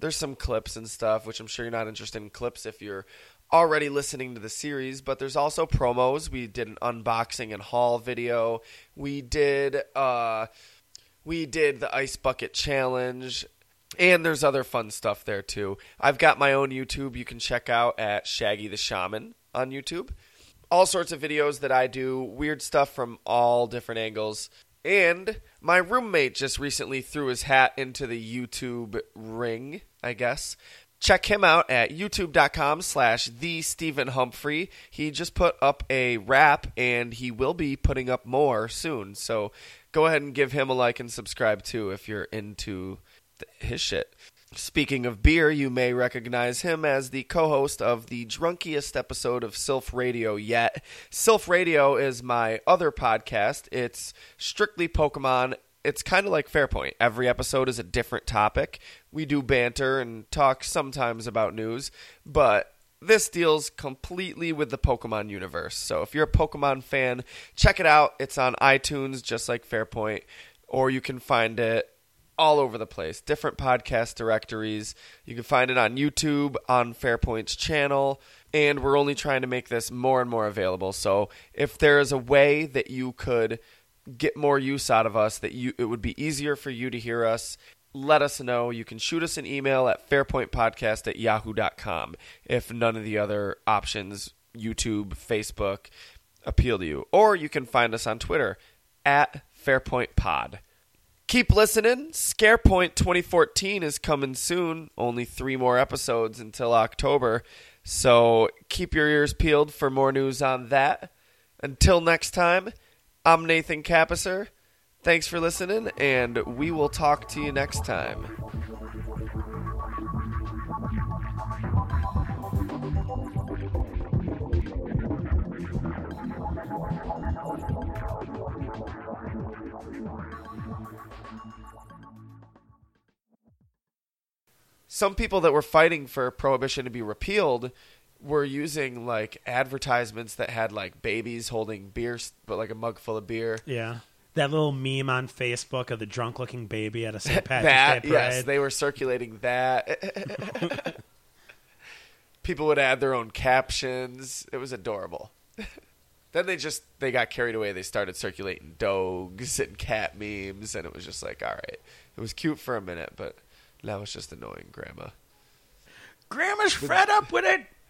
S2: there's some clips and stuff, which I'm sure you're not interested in clips if you're already listening to the series, but there's also promos. We did an unboxing and haul video. We did uh we did the ice bucket challenge and there's other fun stuff there too. I've got my own YouTube you can check out at Shaggy the Shaman on YouTube. All sorts of videos that I do, weird stuff from all different angles. And my roommate just recently threw his hat into the YouTube ring, I guess. Check him out at youtube.com slash the Stephen Humphrey. He just put up a rap and he will be putting up more soon. So go ahead and give him a like and subscribe too if you're into th- his shit. Speaking of beer, you may recognize him as the co host of the drunkiest episode of Sylph Radio yet. Sylph Radio is my other podcast. It's strictly Pokemon. It's kind of like Fairpoint. Every episode is a different topic. We do banter and talk sometimes about news, but this deals completely with the Pokemon universe. So if you're a Pokemon fan, check it out. It's on iTunes, just like Fairpoint, or you can find it all over the place, different podcast directories. You can find it on YouTube, on Fairpoint's channel, and we're only trying to make this more and more available. So if there is a way that you could get more use out of us, that you it would be easier for you to hear us, let us know. You can shoot us an email at fairpointpodcast at yahoo.com if none of the other options, YouTube, Facebook, appeal to you. Or you can find us on Twitter at fairpointpod. Keep listening. Scarepoint 2014 is coming soon. Only three more episodes until October. So keep your ears peeled for more news on that. Until next time, I'm Nathan Capisser. Thanks for listening, and we will talk to you next time. some people that were fighting for prohibition to be repealed were using like advertisements that had like babies holding beer but like a mug full of beer
S3: Yeah. That little meme on Facebook of the drunk looking baby at a St. Patrick's
S2: that
S3: Day
S2: yes
S3: parade.
S2: they were circulating that people would add their own captions it was adorable then they just they got carried away they started circulating dogs and cat memes and it was just like all right it was cute for a minute but now it's just annoying grandma
S5: Grandma's fed up with it.